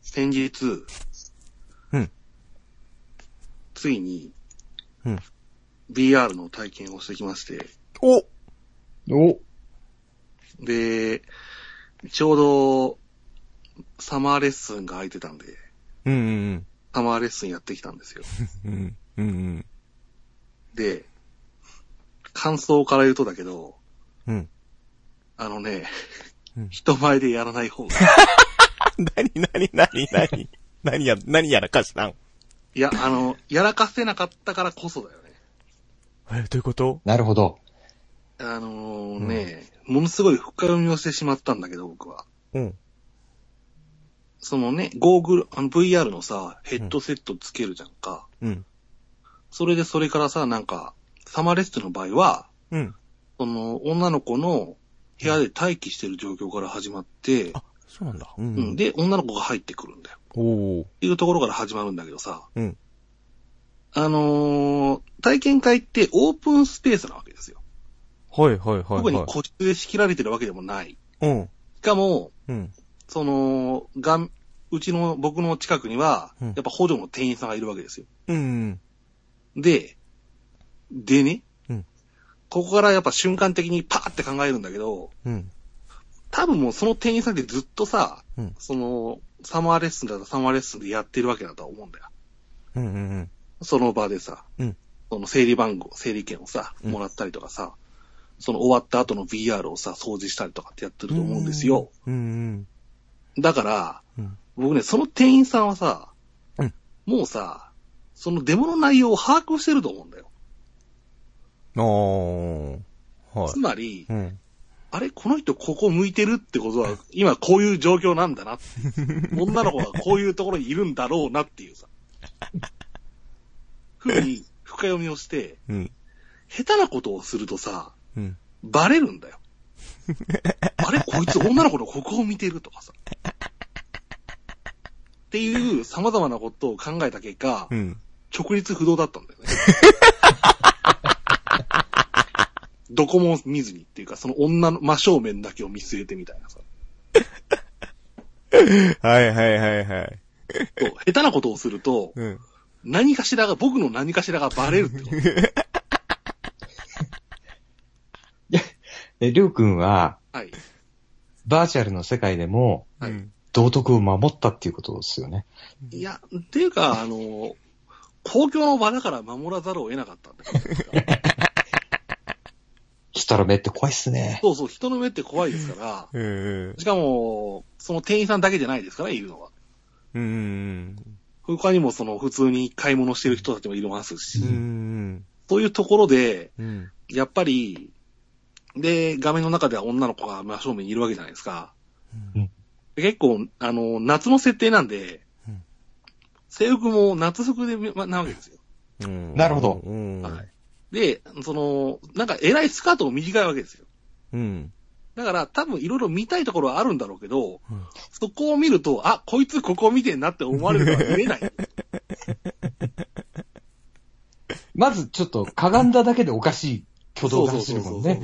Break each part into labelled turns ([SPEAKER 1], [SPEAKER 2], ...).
[SPEAKER 1] 先日、
[SPEAKER 2] うん。
[SPEAKER 1] ついに、
[SPEAKER 2] うん。
[SPEAKER 1] BR の体験をしてきまして、
[SPEAKER 2] お
[SPEAKER 3] お
[SPEAKER 1] で、ちょうど、サマーレッスンが空いてたんで、
[SPEAKER 2] うんうん
[SPEAKER 1] サマーレッスンやってきたんですよ。
[SPEAKER 2] うん。うんうんうん。
[SPEAKER 1] で、感想から言うとだけど、
[SPEAKER 2] うん。
[SPEAKER 1] あのね、
[SPEAKER 2] うん
[SPEAKER 1] 人前でやらない方が、
[SPEAKER 2] なになになになに何や、何やらかしたん
[SPEAKER 1] いや、あの、やらかせなかったからこそだよね。
[SPEAKER 2] え、どういうこと
[SPEAKER 3] なるほど。
[SPEAKER 1] あのーね、ものすごい深読みをしてしまったんだけど、僕は。
[SPEAKER 2] うん。
[SPEAKER 1] そのね、ゴーグル、あの VR のさ、ヘッドセットつけるじゃんか。
[SPEAKER 2] うん。
[SPEAKER 1] それでそれからさ、なんか、サマーレストの場合は、
[SPEAKER 2] うん。
[SPEAKER 1] その、女の子の部屋で待機してる状況から始まって、
[SPEAKER 2] あ、そうなんだ。うん
[SPEAKER 1] うん、で、女の子が入ってくるんだよ。
[SPEAKER 2] おお。
[SPEAKER 1] っていうところから始まるんだけどさ、
[SPEAKER 2] うん。
[SPEAKER 1] あのー体験会ってオープンスペースなわけですよ。
[SPEAKER 2] はいはいはい、
[SPEAKER 1] 特
[SPEAKER 2] はい。
[SPEAKER 1] に個室で仕切られてるわけでもない。
[SPEAKER 2] うん。
[SPEAKER 1] しかも、
[SPEAKER 2] うん。
[SPEAKER 1] その、がん、うちの、僕の近くには、
[SPEAKER 2] うん
[SPEAKER 1] やっぱ補助の店員さんがいるわけですよ。
[SPEAKER 2] うん。
[SPEAKER 1] で、でね、
[SPEAKER 2] うん
[SPEAKER 1] ここからやっぱ瞬間的にパーって考えるんだけど、
[SPEAKER 2] うん。
[SPEAKER 1] 多分もうその店員さんってずっとさ、
[SPEAKER 2] うん
[SPEAKER 1] その、サマーレッスンだったらサマーレッスンでやってるわけだとは思うんだよ。
[SPEAKER 2] うん。うん。
[SPEAKER 1] その場でさ、
[SPEAKER 2] うん
[SPEAKER 1] その整理番号、整理券をさ、
[SPEAKER 2] うん
[SPEAKER 1] もらったりとかさ、その終わった後の VR をさ、掃除したりとかってやってると思うんですよ。。
[SPEAKER 2] うん。
[SPEAKER 1] だから、
[SPEAKER 2] うん。
[SPEAKER 1] 僕ね、その店員さんはさ、
[SPEAKER 2] うん
[SPEAKER 1] もうさ、そのデモの内容を把握してると思うんだよ。
[SPEAKER 2] あー。は
[SPEAKER 1] つまり
[SPEAKER 2] い。、うん。
[SPEAKER 1] あれ、この人ここ向いてるってことは、今こういう状況なんだなって。女の子がこういうところにいるんだろうなっていうさ。ふうに、深読みをして、
[SPEAKER 2] うん。
[SPEAKER 1] 下手なことをするとさ、
[SPEAKER 2] うん。
[SPEAKER 1] バレるんだよ。あれ、こいつ女の子のここを見てるとかさ。っていう様々なことを考えた結果、
[SPEAKER 2] うん。
[SPEAKER 1] 直立不動だったんだ よね。どこも見ずにっていうか、その女の真正面だけを見据えてみたいなさ。
[SPEAKER 2] はいはいはいはい。
[SPEAKER 1] そう下手なことをすると、
[SPEAKER 2] うん。
[SPEAKER 1] 何かしらが、僕の何かしらがバレるってこと。
[SPEAKER 3] え、りょうくんは、
[SPEAKER 1] はい。
[SPEAKER 3] バーチャルの世界でも、
[SPEAKER 1] はい
[SPEAKER 2] うん。
[SPEAKER 3] 道徳を守ったっていうことですよね。
[SPEAKER 1] いや、っていうか、あの、公共の場だから守らざるを得なかったんだよ。
[SPEAKER 3] 人の目って怖いっすね。
[SPEAKER 1] そうそう、人の目って怖いですから、
[SPEAKER 2] うん。
[SPEAKER 1] しかも、その店員さんだけじゃないですから、いるのは。
[SPEAKER 2] うん。
[SPEAKER 1] 他にもその普通に買い物してる人たちもいますし、
[SPEAKER 2] うん。
[SPEAKER 1] そういうところで、
[SPEAKER 2] うん。
[SPEAKER 1] やっぱり、で、画面の中では女の子が真正面にいるわけじゃないですか。
[SPEAKER 3] うん
[SPEAKER 1] で結構、あの、夏の設定なんで、
[SPEAKER 2] うん
[SPEAKER 1] 制服も夏服で、まなわけですよ。
[SPEAKER 2] うん。
[SPEAKER 3] なるほど
[SPEAKER 2] うん。
[SPEAKER 1] はい。で、その、なんか偉いスカートも短いわけですよ。
[SPEAKER 2] うん。
[SPEAKER 1] だから多分いろいろ見たいところはあるんだろうけど、
[SPEAKER 2] うん
[SPEAKER 1] そこを見ると、あ、こいつここ見てんなって思われるのは見れない。
[SPEAKER 3] まずちょっと、かがんだだけでおかしい挙動が走るもんね。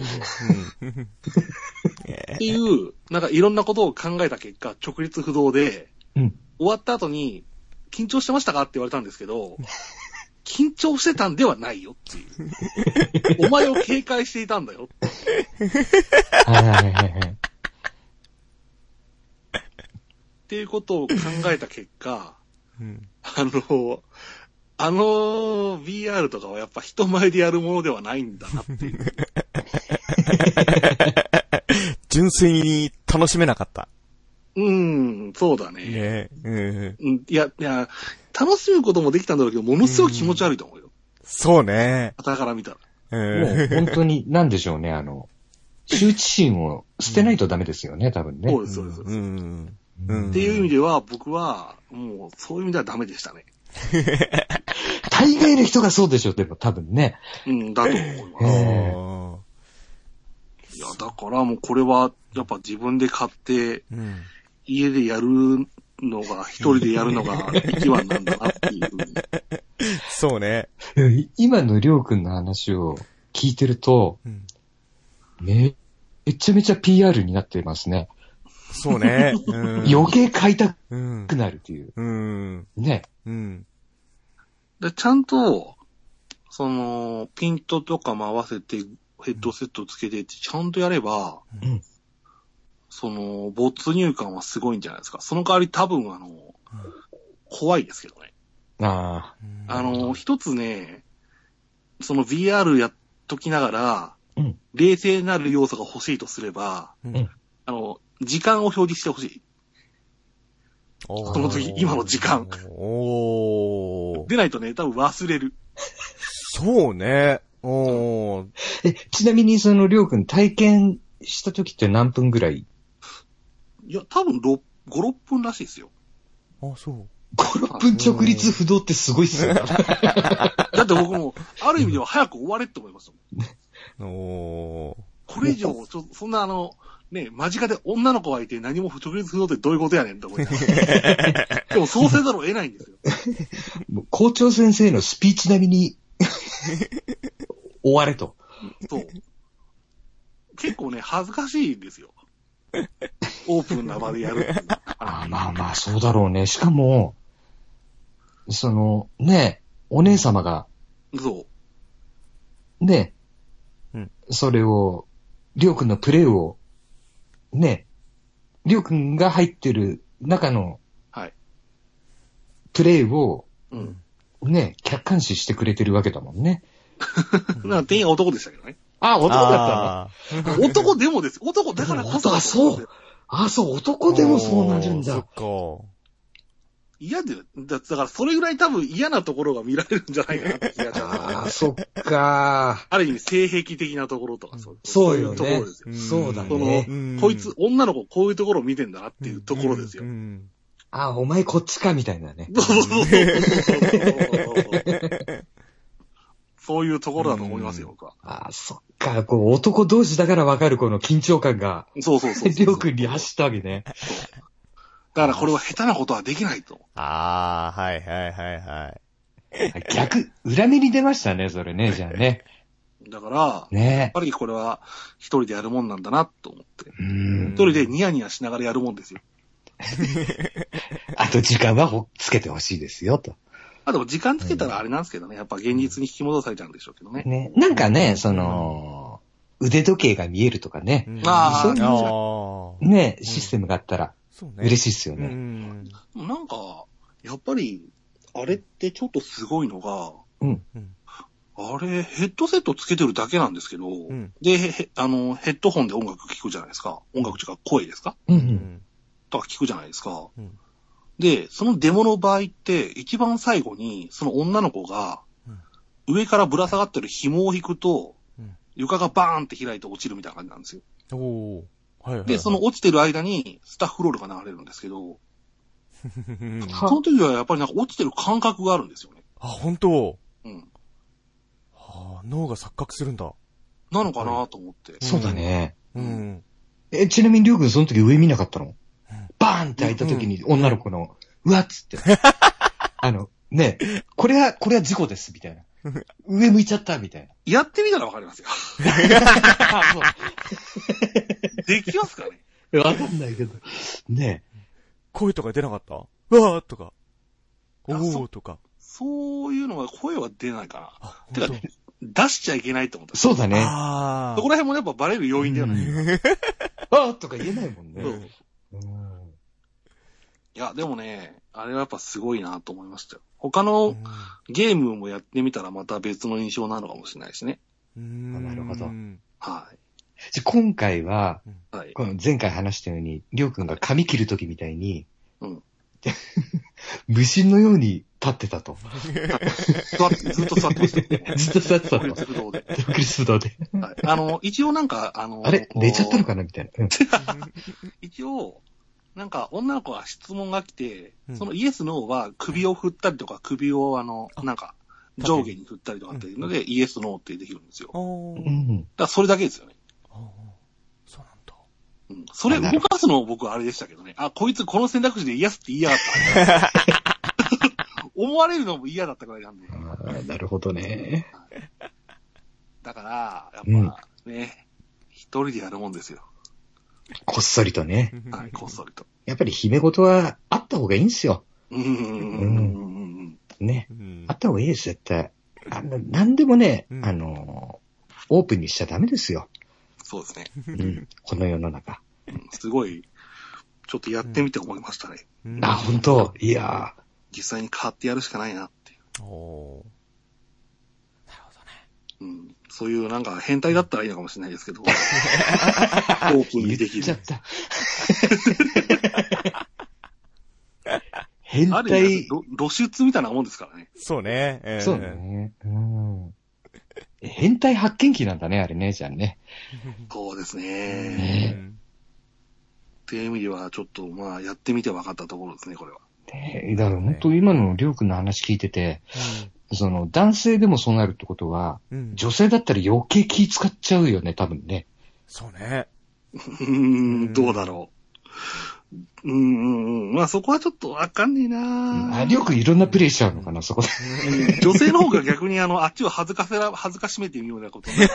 [SPEAKER 2] うん。
[SPEAKER 1] っていう、なんかいろんなことを考えた結果、直立不動で、
[SPEAKER 3] うん。
[SPEAKER 1] 終わった後に、緊張してましたかって言われたんですけど、緊張してたんではないよっていう。お前を警戒していたんだよ。
[SPEAKER 3] はいはいはいはい。
[SPEAKER 1] っていうことを考えた結果、
[SPEAKER 2] うん。
[SPEAKER 1] あの、あの BR とかはやっぱ人前でやるものではないんだなっていう。
[SPEAKER 2] 純粋に楽しめなかった。
[SPEAKER 1] うん、そうだね。
[SPEAKER 2] ねうん。
[SPEAKER 1] うんいや、いや、楽しむこともできたんだろうけど、ものすごく気持ち悪いと思うよ。
[SPEAKER 2] そうね。
[SPEAKER 1] 傍から見たら。
[SPEAKER 2] う。
[SPEAKER 3] もうん本当に、なんでしょうね、あの、羞恥心を捨てないとダメですよね、多分ね
[SPEAKER 1] そ。うです、そうです。そうです
[SPEAKER 2] うん。うん。
[SPEAKER 1] っていう意味では、僕は、もう、そういう意味ではダメでしたね。
[SPEAKER 3] 大概の人がそうでしょう、でも多分ね。
[SPEAKER 1] うん、だと思いま
[SPEAKER 3] う
[SPEAKER 1] す。
[SPEAKER 3] ん
[SPEAKER 2] あ
[SPEAKER 1] いや、だからもうこれは、やっぱ自分で買って、
[SPEAKER 2] ーうん。
[SPEAKER 1] 家でやるのが、一人でやるのが一番なんだなっていうふうに。
[SPEAKER 2] そうね。
[SPEAKER 3] い今のりょうくんの話を聞いてると、
[SPEAKER 2] うん。
[SPEAKER 3] め、めちゃめちゃ PR になってますね。
[SPEAKER 2] そうね。 うん。
[SPEAKER 3] 余計買いた
[SPEAKER 2] うん。
[SPEAKER 3] くなるっていう。
[SPEAKER 2] うん。
[SPEAKER 3] ね。
[SPEAKER 2] うん。
[SPEAKER 1] で、ちゃんと、その、ピントとかも合わせて、ヘッドセットつけてって、ちゃんとやれば、
[SPEAKER 3] うん
[SPEAKER 1] その、没入感はすごいんじゃないですか。その代わり多分、あの、怖いですけどね。
[SPEAKER 3] あ
[SPEAKER 1] あの、一つね、その VR やっときながら、
[SPEAKER 3] うん
[SPEAKER 1] 冷静なる要素が欲しいとすれば、
[SPEAKER 2] うん
[SPEAKER 1] あの、時間を表示してほしい。
[SPEAKER 2] こ
[SPEAKER 1] この時今の時間。
[SPEAKER 2] おー。
[SPEAKER 1] でないとね、多分忘れる。
[SPEAKER 2] そうね。おー。
[SPEAKER 3] あ。え、ちなみにその、りょうくん体験した時って何分ぐらい
[SPEAKER 1] いや、多分6、5、6分らしいですよ。
[SPEAKER 2] あ、そう。
[SPEAKER 3] ?5、6分直立不動ってすごいっすよ。
[SPEAKER 1] だって僕も、ある意味では早く終われって思いましたもん。
[SPEAKER 2] お
[SPEAKER 1] これ以上、ちょそんなあの、ね、間近で女の子がいて何も直立不動ってどういうことやねんって思いなが らでもそうせざるを得ないんですよ。
[SPEAKER 3] もう校長先生のスピーチ並みに、終われと。
[SPEAKER 1] そう。結構ね、恥ずかしいんですよ。オープンな場でやるっていうのは
[SPEAKER 3] ああ、まあまあ、そうだろうね。しかも、その、ね、お姉様が、
[SPEAKER 1] そ
[SPEAKER 3] ね、
[SPEAKER 2] うん
[SPEAKER 3] それを、りょうくんのプレイを、ね、りょうくんが入ってる中の
[SPEAKER 1] はい、
[SPEAKER 3] プレイを、
[SPEAKER 1] う。うん。
[SPEAKER 3] ね、客観視してくれてるわけだもんね。
[SPEAKER 1] なんか店員は男でしたけどね。
[SPEAKER 3] あ、
[SPEAKER 2] ー。
[SPEAKER 3] 男だっ
[SPEAKER 2] あ
[SPEAKER 1] 男でもです。男だからこそ。
[SPEAKER 3] あそう。たの。あ、そう、男でもそうなるん
[SPEAKER 2] そ
[SPEAKER 3] だ。
[SPEAKER 2] っ
[SPEAKER 1] 嫌で、だだからそれぐらい多分嫌なところが見られるんじゃないかなって気がします
[SPEAKER 3] ああ、そっか。
[SPEAKER 1] ある意味性癖的なところとかそう。
[SPEAKER 3] そうよね
[SPEAKER 1] そういうところですよ。
[SPEAKER 2] か。
[SPEAKER 3] そうだね
[SPEAKER 1] その、
[SPEAKER 2] うん
[SPEAKER 1] こいつ、女の子こういうところを見てんだなっていうところですよ
[SPEAKER 2] うん。うん
[SPEAKER 3] あ、お前こっちか、みたいなね。
[SPEAKER 1] そうそうそうそう。そういうところだと思いますよ、僕は。
[SPEAKER 3] あ、そっか。こう、男同士だからわかるこの緊張感が、
[SPEAKER 1] そうそうそうそ
[SPEAKER 3] りょ
[SPEAKER 1] う。
[SPEAKER 3] うくんに走ったわけね。
[SPEAKER 1] だからこれは下手なことはできないと。
[SPEAKER 2] あー、はいはいはいはい。
[SPEAKER 3] 逆、裏目に出ましたね、それね、じゃあね。
[SPEAKER 1] だから、やっ
[SPEAKER 3] ね
[SPEAKER 1] ぱりこれは一人でやるもんなんだなと思って。
[SPEAKER 3] う
[SPEAKER 1] 一
[SPEAKER 3] ん。
[SPEAKER 1] 人でニヤニヤしながらやるもんですよ。
[SPEAKER 3] あと時間はほつけてほしいですよ、と。
[SPEAKER 1] あ、でも時間つけたらあれなんですけどね、やっぱ現実に引き戻されちゃうんでしょうけどね。
[SPEAKER 3] ね。なんかね、その、腕時計が見えるとかね。
[SPEAKER 1] あー
[SPEAKER 2] うん
[SPEAKER 1] そう
[SPEAKER 2] あー。
[SPEAKER 3] ね、システムがあったら
[SPEAKER 2] そうね。
[SPEAKER 3] 嬉
[SPEAKER 2] し
[SPEAKER 3] しいっすよね。
[SPEAKER 1] なんか、やっぱり、あれってちょっとすごいのが、
[SPEAKER 3] うん
[SPEAKER 2] うん
[SPEAKER 1] あれ、ヘッドセットつけてるだけなんですけど、
[SPEAKER 2] ん
[SPEAKER 1] で、へへあの、ヘッドホンで音楽聞くじゃないですか。音楽というか声ですか
[SPEAKER 3] うんう。
[SPEAKER 2] うんん。
[SPEAKER 1] とか聞くじゃないですか。
[SPEAKER 2] うん
[SPEAKER 1] で、そのデモの場合って、一番最後に、その女の子が、上からぶら下がってる紐を引くと、
[SPEAKER 2] うん
[SPEAKER 1] 床がバーンって開いて落ちるみたいな感じなんですよ。
[SPEAKER 2] おー。はいはいはい。
[SPEAKER 1] で、その落ちてる間に、スタッフロールが流れるんですけど、
[SPEAKER 2] うん
[SPEAKER 1] その時はやっぱりなんか落ちてる感覚があるんですよね。
[SPEAKER 2] あ、本当
[SPEAKER 1] うん。
[SPEAKER 2] はあ、脳が錯覚するんだ。
[SPEAKER 1] なのかなと思って。
[SPEAKER 3] そうだね。
[SPEAKER 2] うん。
[SPEAKER 3] え、ちなみにりょうくんその時上見なかったのバーンって開いた時に女の子の、うわっ つって。あの、ね、これは、これは事故です、みたいな。上向いちゃった、みたいな。
[SPEAKER 1] やってみたらわかりますよ。 できますかね
[SPEAKER 3] わかんないけど。ね
[SPEAKER 2] 声とか出なかったうわーとか。お
[SPEAKER 1] あそ
[SPEAKER 2] ーとか。
[SPEAKER 1] そういうのは声は出ないか
[SPEAKER 2] あ、
[SPEAKER 1] てか
[SPEAKER 2] 本当
[SPEAKER 1] な。出しちゃいけないと思った。
[SPEAKER 3] そうだね。あ
[SPEAKER 2] ああ。
[SPEAKER 1] そこら辺もやっぱバレる要因ではない。
[SPEAKER 3] ーとか言えないもんね。
[SPEAKER 1] そううん
[SPEAKER 3] うん
[SPEAKER 1] いや、でもね、あれはやっぱすごいなと思いましたよ。他のゲームもやってみたらまた別の印象なのかもしれないしね。
[SPEAKER 2] うん
[SPEAKER 3] なるほど
[SPEAKER 2] うん
[SPEAKER 1] は
[SPEAKER 3] じゃ今回は、
[SPEAKER 1] い。はい。
[SPEAKER 3] この前回話したように、りょうくんが髪切る時みたいに、
[SPEAKER 1] うん。
[SPEAKER 3] 無心のように立って たと。
[SPEAKER 1] 座って、ずっと座ってましたよ。
[SPEAKER 3] ずっと座ってた
[SPEAKER 1] 独
[SPEAKER 3] と。
[SPEAKER 1] 立不動で。
[SPEAKER 3] クリスドで。
[SPEAKER 1] はい。あの、一応なんか、あの、
[SPEAKER 3] あれ寝ちゃったのかなみたいな。うん
[SPEAKER 1] 一応、なんか女の子が質問が来て、
[SPEAKER 2] うん
[SPEAKER 1] そのイエス、ノーは首を振ったりとか、首をあの、なんか、
[SPEAKER 2] 縦
[SPEAKER 1] 上下に振ったりとかっていうので、イエス、ノーってできるんですよ。だ
[SPEAKER 2] あ
[SPEAKER 1] か
[SPEAKER 3] う
[SPEAKER 2] ー
[SPEAKER 3] ん。
[SPEAKER 1] らそれだけですよね。
[SPEAKER 2] あー。そうなんだ。
[SPEAKER 1] うん。それ
[SPEAKER 3] あなる
[SPEAKER 1] 動かすのも僕はあれでしたけどね。あ、こいつこの選択肢でイエスって言いやが った。思われるのも嫌だったくらいなんで。
[SPEAKER 3] あーなるほどね。
[SPEAKER 1] だから、やっぱ
[SPEAKER 3] うん
[SPEAKER 1] ね、一人でやるもんですよ。
[SPEAKER 3] こっそりとね。
[SPEAKER 1] はい、こっそりと。
[SPEAKER 3] やっぱり姫事はあった方がいいんですよ。
[SPEAKER 1] うんうん
[SPEAKER 3] ね。
[SPEAKER 2] うん
[SPEAKER 3] あった方がいいです、絶対。あの、なんでもね、
[SPEAKER 2] うん
[SPEAKER 3] あの、オープンにしちゃダメですよ。
[SPEAKER 1] そうですね。
[SPEAKER 3] うん。この世の中。
[SPEAKER 1] うんすごい、ちょっとやってみて思いましたね。
[SPEAKER 2] うん
[SPEAKER 3] あ、本当いや
[SPEAKER 1] 実際に変わってやるしかないなっていう。
[SPEAKER 2] おーなるほどね。
[SPEAKER 1] うん、そういうなんか変態だったらいいのかもしれないです けど。オープンにで
[SPEAKER 3] ー。言
[SPEAKER 1] き
[SPEAKER 3] っちゃ
[SPEAKER 1] る
[SPEAKER 3] っ。た。 変
[SPEAKER 1] ある意
[SPEAKER 3] 態
[SPEAKER 1] 味、露露出みたいなもんですからね。
[SPEAKER 2] そうね。えー
[SPEAKER 3] そうね。うん。変態発見器なんだね、あれね、じゃんね。
[SPEAKER 1] そうです
[SPEAKER 2] う
[SPEAKER 1] ね。
[SPEAKER 3] ね
[SPEAKER 2] ん
[SPEAKER 1] っていう意味では、ちょっとまあ、やってみて分かったところですね、これは。
[SPEAKER 3] ねだから本当今のりょうくんの話聞いてて、その男性でもそうなるってことは、
[SPEAKER 2] うん。
[SPEAKER 3] 女性だったら余計気使っちゃうよね、多分ね。
[SPEAKER 2] そうね。
[SPEAKER 1] うーん、どうだろう。うーん、まあそこはちょっとわかんねえな
[SPEAKER 3] ありょうくんいろんなプレイしちゃうのかな、そこで。
[SPEAKER 1] 女性の方が逆にあの、あっちを恥ずかせら、恥ずかしめてみようなことになる。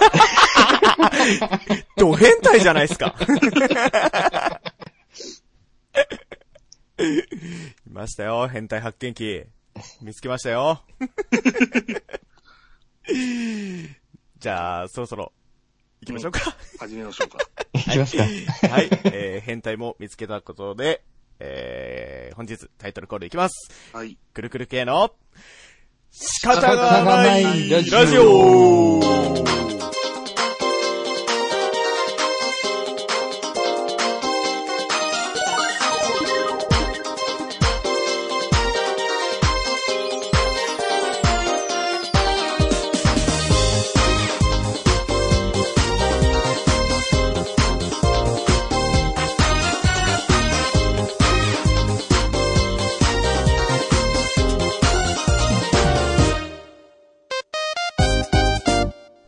[SPEAKER 2] ド変態じゃないですか。いましたよ、変態発見器。見つけました よ。じゃあ、そろそろ、行きましょうか。
[SPEAKER 1] 始めましょう か。
[SPEAKER 3] いきますか。
[SPEAKER 2] はい、えー、変態も見つけたことで、えー、本日タイトルコールいきます。
[SPEAKER 1] はい。
[SPEAKER 2] くるくる系の、仕方がないラジオ
[SPEAKER 3] ラジオ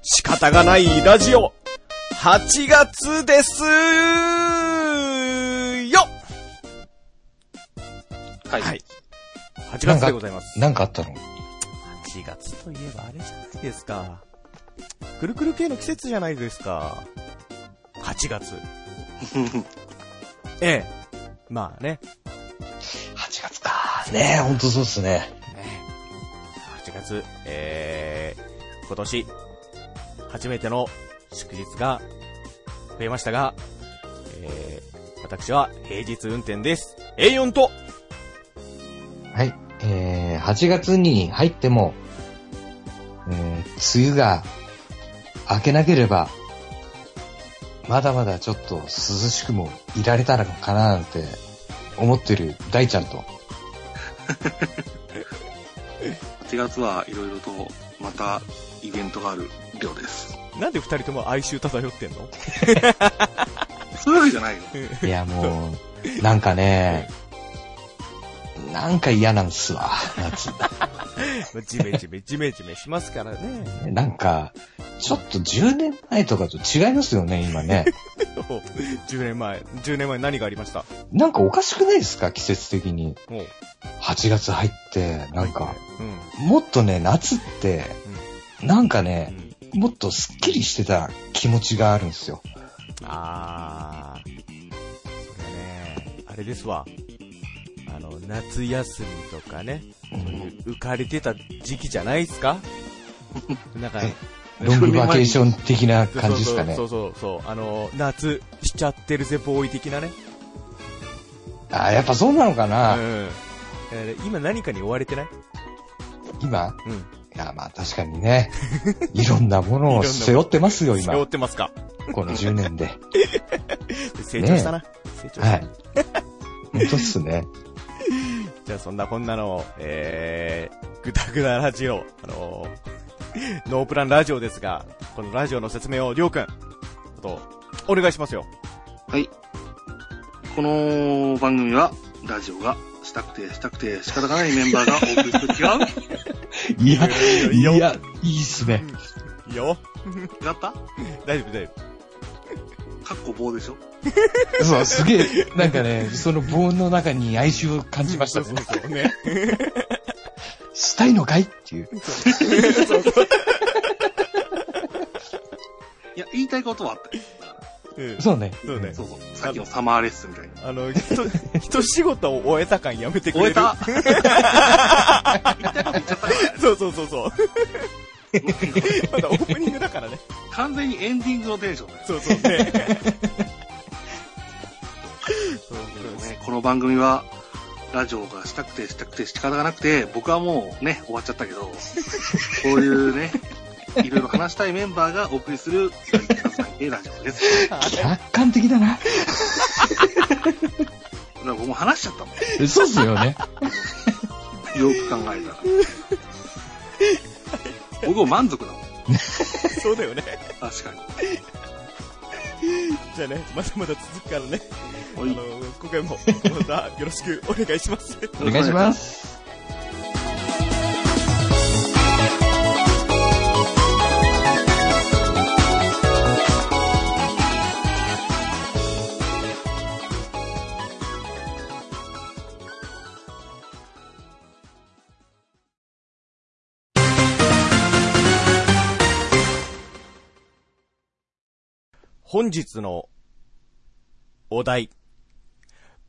[SPEAKER 2] 仕方がないラジオ !8 月ですよ
[SPEAKER 1] はい。
[SPEAKER 2] はい !8 月でございます。
[SPEAKER 3] なんかあったの
[SPEAKER 2] 8月といえばあれじゃないですか。くるくる系の季節じゃないですか。8月。 ええ。まあね。
[SPEAKER 3] ?8 月か。ねえ、ほんとそうっすね。
[SPEAKER 2] 8月、えー、今年、初めての祝日が増えましたが、えー、私は平日運転です。A4 と、
[SPEAKER 3] はい。えー、8月に入っても、えー、梅雨が明けなければ、まだまだちょっと涼しくもいられたらかななんて思ってる大ちゃんと。
[SPEAKER 1] 8月はいろいろと、また、イベントがある量です。
[SPEAKER 2] なんで二人とも哀愁漂ってんの
[SPEAKER 1] そういうわけじゃないよ。
[SPEAKER 3] いやもう、なんかね、なんか嫌なんすわ、夏。
[SPEAKER 2] まあジメジメ、ジメジメしますからね。
[SPEAKER 3] なんか、ちょっと10年前とかと違いますよね、今ね。
[SPEAKER 2] 10年前、10年前何がありました
[SPEAKER 3] なんかおかしくないですか、季節的に。
[SPEAKER 2] もう。
[SPEAKER 3] 8月入って、なんか、
[SPEAKER 2] うん。
[SPEAKER 3] もっとね、夏って、なんかね、
[SPEAKER 2] うん。
[SPEAKER 3] もっとスッキリしてた気持ちがあるんですよ。
[SPEAKER 2] あー。それね、あれですわ。あの、夏休みとかね、
[SPEAKER 3] うん
[SPEAKER 2] そういう浮かれてた時期じゃないですかなんか、
[SPEAKER 3] えロングバケーション的な感じですかね
[SPEAKER 2] そ。うそうそうそうそう、あの、夏しちゃってるぜ、ボーイ的なね。
[SPEAKER 3] あ、やっぱそうなのか
[SPEAKER 2] うん。だ
[SPEAKER 3] な、
[SPEAKER 2] からね今何かに追われてない
[SPEAKER 3] 今
[SPEAKER 2] うん。
[SPEAKER 3] いや、まあ確かにね、いろん なものを背負ってますよ、
[SPEAKER 2] 背負
[SPEAKER 3] 今
[SPEAKER 2] っ。てますか
[SPEAKER 3] この10年 で。
[SPEAKER 2] 成長したな。成長した。
[SPEAKER 3] はい。本当っすね。
[SPEAKER 2] じゃあそんなこんなの、えー、ぐだぐだラジオ、あのー、ノープランラジオですが、このラジオの説明をりょうくん、と、お願いしますよ。
[SPEAKER 1] はい。この番組は、ラジオがしたくてしたくて仕方がないメンバーがお送りする。違う
[SPEAKER 3] いや、い
[SPEAKER 2] よ
[SPEAKER 3] や、いいっすね。
[SPEAKER 2] いいよ。
[SPEAKER 1] 違った
[SPEAKER 2] 大丈夫、大丈
[SPEAKER 1] かっこ棒でしょ
[SPEAKER 3] そう、すげえ、なんかね、その棒の中に哀愁を感じま
[SPEAKER 2] 夫。
[SPEAKER 3] し
[SPEAKER 2] そ
[SPEAKER 3] た
[SPEAKER 2] う。そうそう。ね。
[SPEAKER 3] したいのかいっていう。
[SPEAKER 1] いや、言いたいことはあったよ。
[SPEAKER 2] うん
[SPEAKER 3] そうね。
[SPEAKER 2] そうね
[SPEAKER 1] そうそう。さっきのサマーレッスンみたいな。
[SPEAKER 2] あの、ひ と、ひと仕事を終えた感やめてく
[SPEAKER 1] 終
[SPEAKER 2] れ
[SPEAKER 1] え
[SPEAKER 2] る。
[SPEAKER 1] た言いたいこと言っちゃったから
[SPEAKER 2] そうそうそうそう。まだオープニングだからね。
[SPEAKER 1] 完全にエンディングのテンションだよ。
[SPEAKER 2] そうそうね。そう
[SPEAKER 1] でも
[SPEAKER 2] そう
[SPEAKER 1] ねこの番組は、ラジオがしたくてしたくて仕方がなくて、僕はもうね、終わっちゃったけど、こういうね、いろいろ話したいメンバーがお送りする、ラジオです。
[SPEAKER 3] 客観的だな。
[SPEAKER 1] だから僕も話しちゃったもん。
[SPEAKER 3] そうっすよね。
[SPEAKER 1] よく考えたら。僕も満足だもん。
[SPEAKER 2] そうだよね。
[SPEAKER 1] 確かに。
[SPEAKER 2] じゃあね、まだまだ続くからね。あ
[SPEAKER 1] おい
[SPEAKER 2] の、今回も、またよろしくお願いします。
[SPEAKER 3] お願いします。
[SPEAKER 2] 本日のお題、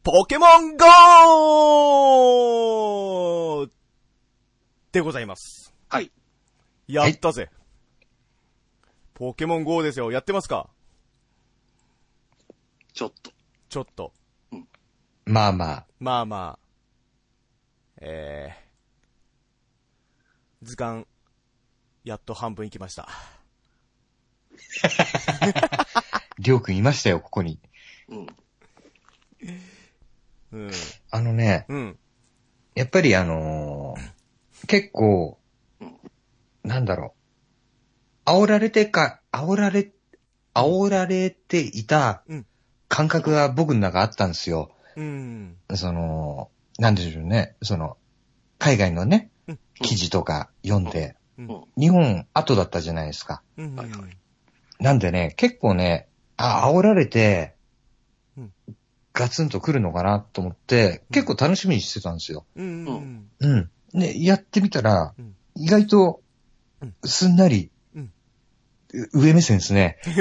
[SPEAKER 2] ポケモン GO! でございます。
[SPEAKER 1] はい。
[SPEAKER 2] やったぜ。ポケモン GO ですよ。やってますか
[SPEAKER 1] ちょっと。
[SPEAKER 2] ちょっと。
[SPEAKER 3] まあまあ。
[SPEAKER 2] まあまあ。えー。図鑑、やっと半分いきました。
[SPEAKER 3] りょうくんいましたよ、ここに。
[SPEAKER 1] うん。
[SPEAKER 2] うん。
[SPEAKER 3] あのね、
[SPEAKER 2] うん。
[SPEAKER 3] やっぱりあのー結構、なんだろう。煽られてか、煽られ、煽られていた
[SPEAKER 2] うん
[SPEAKER 3] 感覚が僕の中あったんですよ。
[SPEAKER 2] うん。
[SPEAKER 3] その、なんでしょうね。その、海外のね
[SPEAKER 2] うん、
[SPEAKER 3] 記事とか読んで、
[SPEAKER 2] うん
[SPEAKER 1] うん
[SPEAKER 3] 日本後だったじゃないですか。
[SPEAKER 2] うん。
[SPEAKER 1] はいはい
[SPEAKER 3] なんでね、結構ね、あ、煽られて
[SPEAKER 2] うん、
[SPEAKER 3] ガツンと来るのかなと思って、結構楽しみにしてたんですよ。
[SPEAKER 2] うん。うん。
[SPEAKER 3] うん。ね、やってみたら
[SPEAKER 2] うん、
[SPEAKER 3] 意外と
[SPEAKER 2] うん、
[SPEAKER 3] すんなり、
[SPEAKER 2] うん
[SPEAKER 3] う上目線ですね。違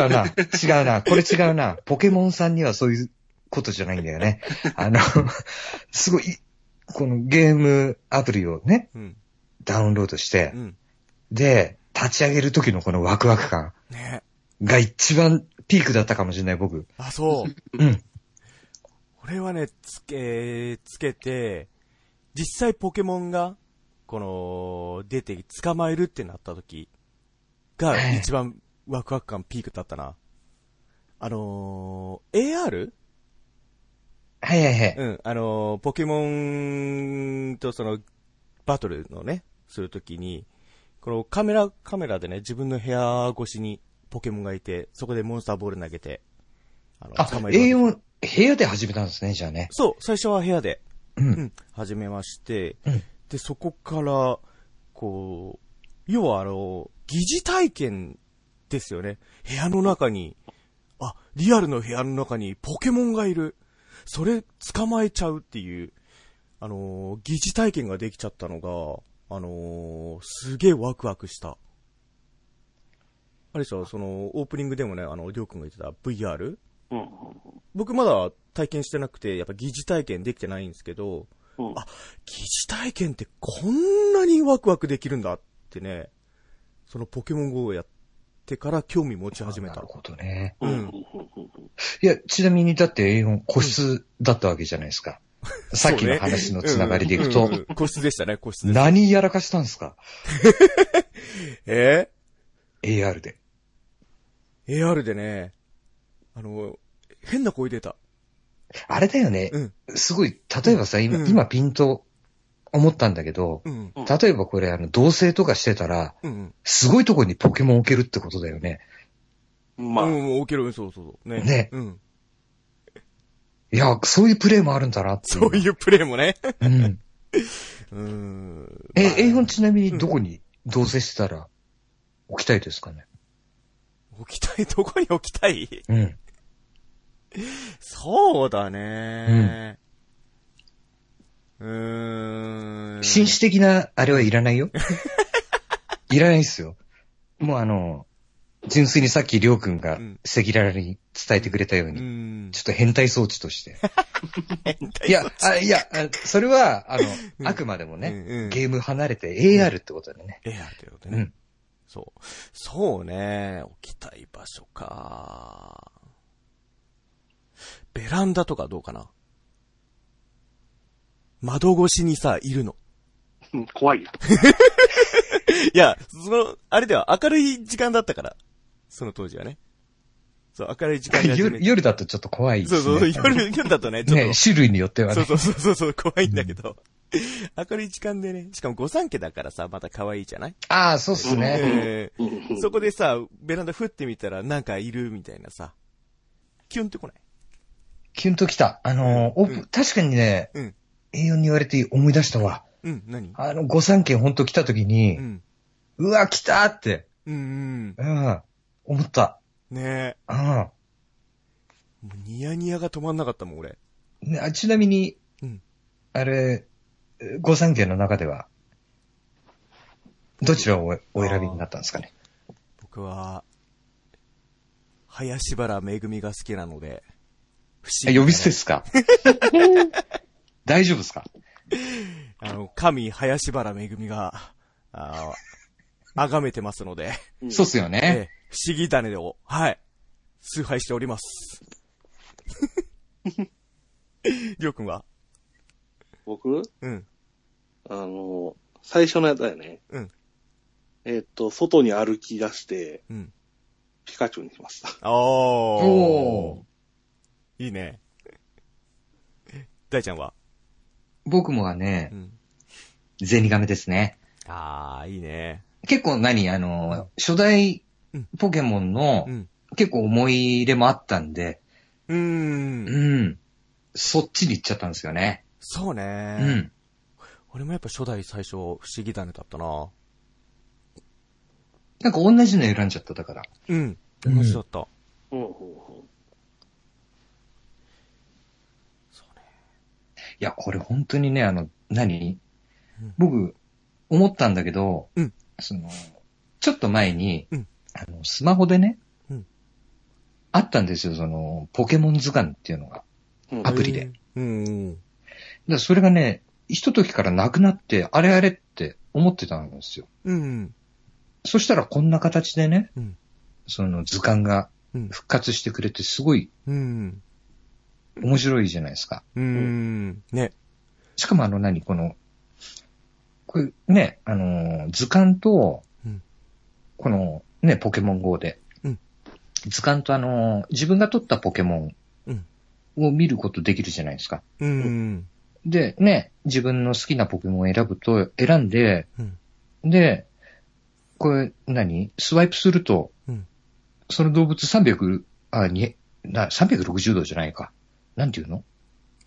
[SPEAKER 3] うな、違うな、これ違うな。ポケモンさんにはそういうことじゃないんだよね。あの、すごい、このゲームアプリをね、
[SPEAKER 2] うん。
[SPEAKER 3] ダウンロードして
[SPEAKER 2] う、ん。
[SPEAKER 3] で、立ち上げる時のこのワクワク感
[SPEAKER 2] ね
[SPEAKER 3] が一番ピークだったかもしれない、僕。
[SPEAKER 2] あ、そう。
[SPEAKER 3] うん。
[SPEAKER 2] 俺はね、つけ、つけて、実際ポケモンが、この、出て捕まえるってなった時が
[SPEAKER 3] はい
[SPEAKER 2] 一番ワクワク感ピークだったな。あのー、AR?
[SPEAKER 3] はいはいはい。
[SPEAKER 2] うん、あのーポケモンとその、バトルのね、するときに、このカメラ、カメラでね、自分の部屋越しにポケモンがいて、そこでモンスターボール投げて、あの
[SPEAKER 3] あ、
[SPEAKER 2] るわけ
[SPEAKER 3] A4、部屋で始めたんですね、じゃあね。
[SPEAKER 2] そう、最初は部屋で。
[SPEAKER 3] う。
[SPEAKER 2] うんん、始めまして、
[SPEAKER 3] うん
[SPEAKER 2] で、そこから、こう、要はあの、疑似体験ですよね。部屋の中に、あ、リアルの部屋の中にポケモンがいる。それ捕まえちゃうっていう、あのー疑似体験ができちゃったのが、あのーすげえワクワクした。あれでしょ、その、オープニングでもね、あの、りょうくんが言ってた VR?
[SPEAKER 1] うん。
[SPEAKER 2] 僕まだ体験してなくて、やっぱ疑似体験できてないんですけど、
[SPEAKER 1] うん。
[SPEAKER 2] あ疑似体験ってこんなにワクワクできるんだってね、そのポケモン GO をやってから興味持ち始め
[SPEAKER 3] な
[SPEAKER 2] た
[SPEAKER 3] る。ほどね。
[SPEAKER 1] うん。うん。
[SPEAKER 3] いや、ちなみにだって A4 個室だったわけじゃないですか。さっき
[SPEAKER 2] そうね
[SPEAKER 3] の話のつながりでいくと
[SPEAKER 2] うんう、んうん 個室でしたね、個室です。
[SPEAKER 3] 何やらかしたんですか
[SPEAKER 2] え
[SPEAKER 3] ?AR で。
[SPEAKER 2] ー ?AR でね、あの、変な声出た。
[SPEAKER 3] あれだよね
[SPEAKER 2] う。ん、
[SPEAKER 3] すごい、例えばさ、今、
[SPEAKER 2] うん
[SPEAKER 3] 今ピンと思ったんだけど、
[SPEAKER 2] うん、
[SPEAKER 1] うん
[SPEAKER 3] 例えばこれ、あの、同棲とかしてたら、
[SPEAKER 2] うん。
[SPEAKER 3] すごいとこにポケモン置けるってことだよね。
[SPEAKER 1] まあ、
[SPEAKER 2] うん、もう起きる、そうそうそう。ね。
[SPEAKER 3] ね
[SPEAKER 2] うん。
[SPEAKER 3] いや、そういうプレイもあるんだなってい
[SPEAKER 2] そういうプレイもね。
[SPEAKER 3] うん。
[SPEAKER 2] うん。
[SPEAKER 3] え、
[SPEAKER 2] まあ
[SPEAKER 3] A4 ちなみにどこに同棲してたら置きたいですかね。
[SPEAKER 2] 置きたい、どこに置きたい
[SPEAKER 3] うん。
[SPEAKER 2] そうだね。うーん。
[SPEAKER 3] 紳 士的なあれはいらないよ。いらないっすよ。もうあの、純粋にさっきりょうくんが
[SPEAKER 2] うん
[SPEAKER 3] 赤裸々に伝えてくれたよう
[SPEAKER 2] う
[SPEAKER 3] に、
[SPEAKER 2] ん
[SPEAKER 3] ちょ。っと変態装置 として。い
[SPEAKER 2] い
[SPEAKER 3] や、あいや、あそれは、あ
[SPEAKER 2] うん
[SPEAKER 3] の、あくまでもね、
[SPEAKER 2] うんうん
[SPEAKER 3] ゲーム離れて AR ってことだね。
[SPEAKER 2] エアということ
[SPEAKER 3] う
[SPEAKER 2] ね。
[SPEAKER 3] ん。
[SPEAKER 2] そう。そうね。置きたい場所か。ベランダとかどうかな。窓越しにさ、いるの。
[SPEAKER 1] うん怖いよ。
[SPEAKER 2] いや、その、あれでは明るい時間だったから。その当時はね。そう、明るい時間で始め
[SPEAKER 3] 夜
[SPEAKER 2] て。
[SPEAKER 3] 夜だとちょっと怖いです
[SPEAKER 2] そ
[SPEAKER 3] ね。
[SPEAKER 2] うそう、夜、夜だとね、ちょっと。
[SPEAKER 3] ね、種類によっては
[SPEAKER 2] そ
[SPEAKER 3] ね
[SPEAKER 2] う。そうそうそうそう、怖いんだけど。明るい時間でね、しかも御三家だからさ、また可愛いじゃない、
[SPEAKER 3] ああ、そうっすね。
[SPEAKER 2] え
[SPEAKER 1] うん
[SPEAKER 2] えそこでさ、ベランダ降ってみたらなんかいるみたいなさ、キュンってこない
[SPEAKER 3] キュンときた。あのー、オープン
[SPEAKER 2] うん
[SPEAKER 3] 確かにね、
[SPEAKER 2] うん
[SPEAKER 3] A4 に言われて思い出したわ。
[SPEAKER 2] うん、何
[SPEAKER 3] あの、御三家ほんと来た時に、
[SPEAKER 2] う。
[SPEAKER 3] うんわ、来たって、
[SPEAKER 2] うん、うん。
[SPEAKER 3] うん、思った。
[SPEAKER 2] ね
[SPEAKER 3] う
[SPEAKER 2] え。
[SPEAKER 3] ん。
[SPEAKER 2] もうニヤニヤが止まんなかったもん、俺。
[SPEAKER 3] ねあちなみに、
[SPEAKER 2] うん
[SPEAKER 3] あれ、御三家の中では、どちらをおお選びになったんですかね。
[SPEAKER 2] 僕は、林原めぐみが好きなので、不
[SPEAKER 3] え
[SPEAKER 2] 議
[SPEAKER 3] 呼び捨てで すか大丈夫ですか
[SPEAKER 2] あの、神林原めぐみが、ああ、崇めてますので、
[SPEAKER 1] うん
[SPEAKER 3] そうっすよね。
[SPEAKER 2] ええ、不思議種を、はい、崇拝しております。 りょうくんは
[SPEAKER 1] 僕、
[SPEAKER 2] うん。
[SPEAKER 1] あの、最初のやつだよね。
[SPEAKER 2] うん
[SPEAKER 1] えーっと、外に歩き出して、
[SPEAKER 2] うん。
[SPEAKER 1] ピカチュウにしました。
[SPEAKER 2] あー。
[SPEAKER 3] お
[SPEAKER 2] いいね。大ちゃんは
[SPEAKER 3] 僕もはね
[SPEAKER 2] う、ん。
[SPEAKER 3] ゼニガメですね。
[SPEAKER 2] あー、いいね。
[SPEAKER 3] 結構何あの、初代ポケモンの
[SPEAKER 2] うん。
[SPEAKER 3] 結構思い入れもあったんで、
[SPEAKER 2] うーん。
[SPEAKER 3] うん。そっちに行っちゃったんですよね。
[SPEAKER 2] そうね。
[SPEAKER 3] うん。
[SPEAKER 2] 俺もやっぱ初代最初、不思議種だったな。
[SPEAKER 3] なんか同じの選んじゃっただから。
[SPEAKER 2] うん。
[SPEAKER 3] うん
[SPEAKER 2] 同じだった。
[SPEAKER 1] うんうんうん
[SPEAKER 3] いや、これ本当にね、あの、何
[SPEAKER 2] うん
[SPEAKER 3] 僕、思ったんだけど、
[SPEAKER 2] うん
[SPEAKER 3] その、ちょっと前に、
[SPEAKER 2] うん
[SPEAKER 3] あのスマホでね、
[SPEAKER 2] うん
[SPEAKER 3] あったんですよ、その、ポケモン図鑑っていうのが。だか
[SPEAKER 1] うん
[SPEAKER 3] アプリで。
[SPEAKER 2] うんうん。
[SPEAKER 3] らそれがね、ひと時からなくなって、あれあれって思ってたんですよ。
[SPEAKER 2] うん。
[SPEAKER 3] そしたらこんな形でね、
[SPEAKER 2] うん
[SPEAKER 3] その図鑑が
[SPEAKER 2] うん。
[SPEAKER 3] 復活してくれて、すごい
[SPEAKER 2] うん。
[SPEAKER 3] 面白いじゃないですか。
[SPEAKER 2] うん。ね。
[SPEAKER 3] しかもあの何この、これね、あのー図鑑と、
[SPEAKER 2] うん
[SPEAKER 3] このね、ポケモン GO で、
[SPEAKER 2] うん
[SPEAKER 3] 図鑑とあのー自分が取ったポケモ
[SPEAKER 2] うん
[SPEAKER 3] ンを見ることできるじゃないですか。
[SPEAKER 2] うん。
[SPEAKER 3] で、ね、自分の好きなポケモンを選ぶと、選んで、
[SPEAKER 2] うん
[SPEAKER 3] で、これ何スワイプすると、
[SPEAKER 2] うん
[SPEAKER 3] その動物300、あ、に、な、360度じゃないか。なんていうの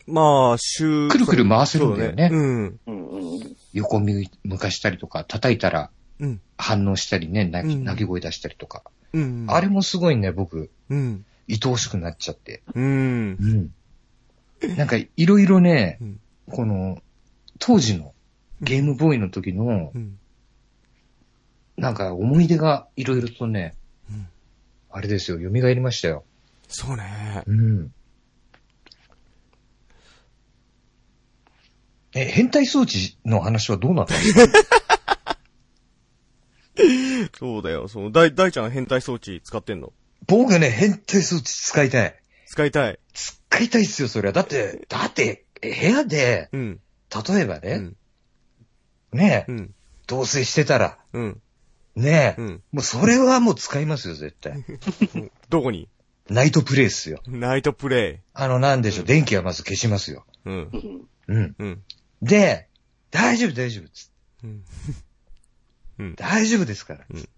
[SPEAKER 2] まあ、週。
[SPEAKER 3] くるくる回せるんだよね。
[SPEAKER 2] うん。
[SPEAKER 1] うんうんうん。
[SPEAKER 3] 横向い向かしたりとか、叩いたら
[SPEAKER 2] うん。
[SPEAKER 3] 反応したりね、泣き
[SPEAKER 2] うん
[SPEAKER 3] 泣き声出したりとか。
[SPEAKER 2] うん。
[SPEAKER 3] あれもすごいね、僕、
[SPEAKER 2] うん。
[SPEAKER 3] 愛おしくなっちゃって。
[SPEAKER 2] うん。
[SPEAKER 3] なんか、いろいろね、
[SPEAKER 2] うん
[SPEAKER 3] この、当時のゲームボーイの時の、
[SPEAKER 2] うん。
[SPEAKER 3] なんか思い出がいろいろとね、
[SPEAKER 2] うん
[SPEAKER 3] あれですよ、蘇りましたよ。
[SPEAKER 2] そうね。
[SPEAKER 3] うん。え、変態装置の話はどうなったの
[SPEAKER 2] そうだよ。その、大、大ちゃん変態装置使ってんの
[SPEAKER 3] 僕ね、変態装置使いたい。
[SPEAKER 2] 使いたい。
[SPEAKER 3] 使いたいっすよ、それは。だって、だって、部屋で、
[SPEAKER 2] うん。
[SPEAKER 3] 例えば
[SPEAKER 2] う
[SPEAKER 3] ね、
[SPEAKER 2] ん。
[SPEAKER 3] ねえ、
[SPEAKER 2] うん。
[SPEAKER 3] 同棲してたら、
[SPEAKER 2] うん。
[SPEAKER 3] ねえ、
[SPEAKER 2] うん。
[SPEAKER 3] もうそれはもう使いますよ、絶 対。
[SPEAKER 2] どこに
[SPEAKER 3] ナイトプレイっすよ。
[SPEAKER 2] ナイトプレ
[SPEAKER 3] あの、なんでしょ
[SPEAKER 2] う
[SPEAKER 3] う、
[SPEAKER 2] ん
[SPEAKER 3] 電気はまず消しますよ。
[SPEAKER 2] イ。うん
[SPEAKER 1] う。ん
[SPEAKER 3] うん。
[SPEAKER 2] うん。
[SPEAKER 3] で、大丈夫、大丈夫っつって、
[SPEAKER 2] うん。
[SPEAKER 3] 大丈夫ですから、
[SPEAKER 2] うん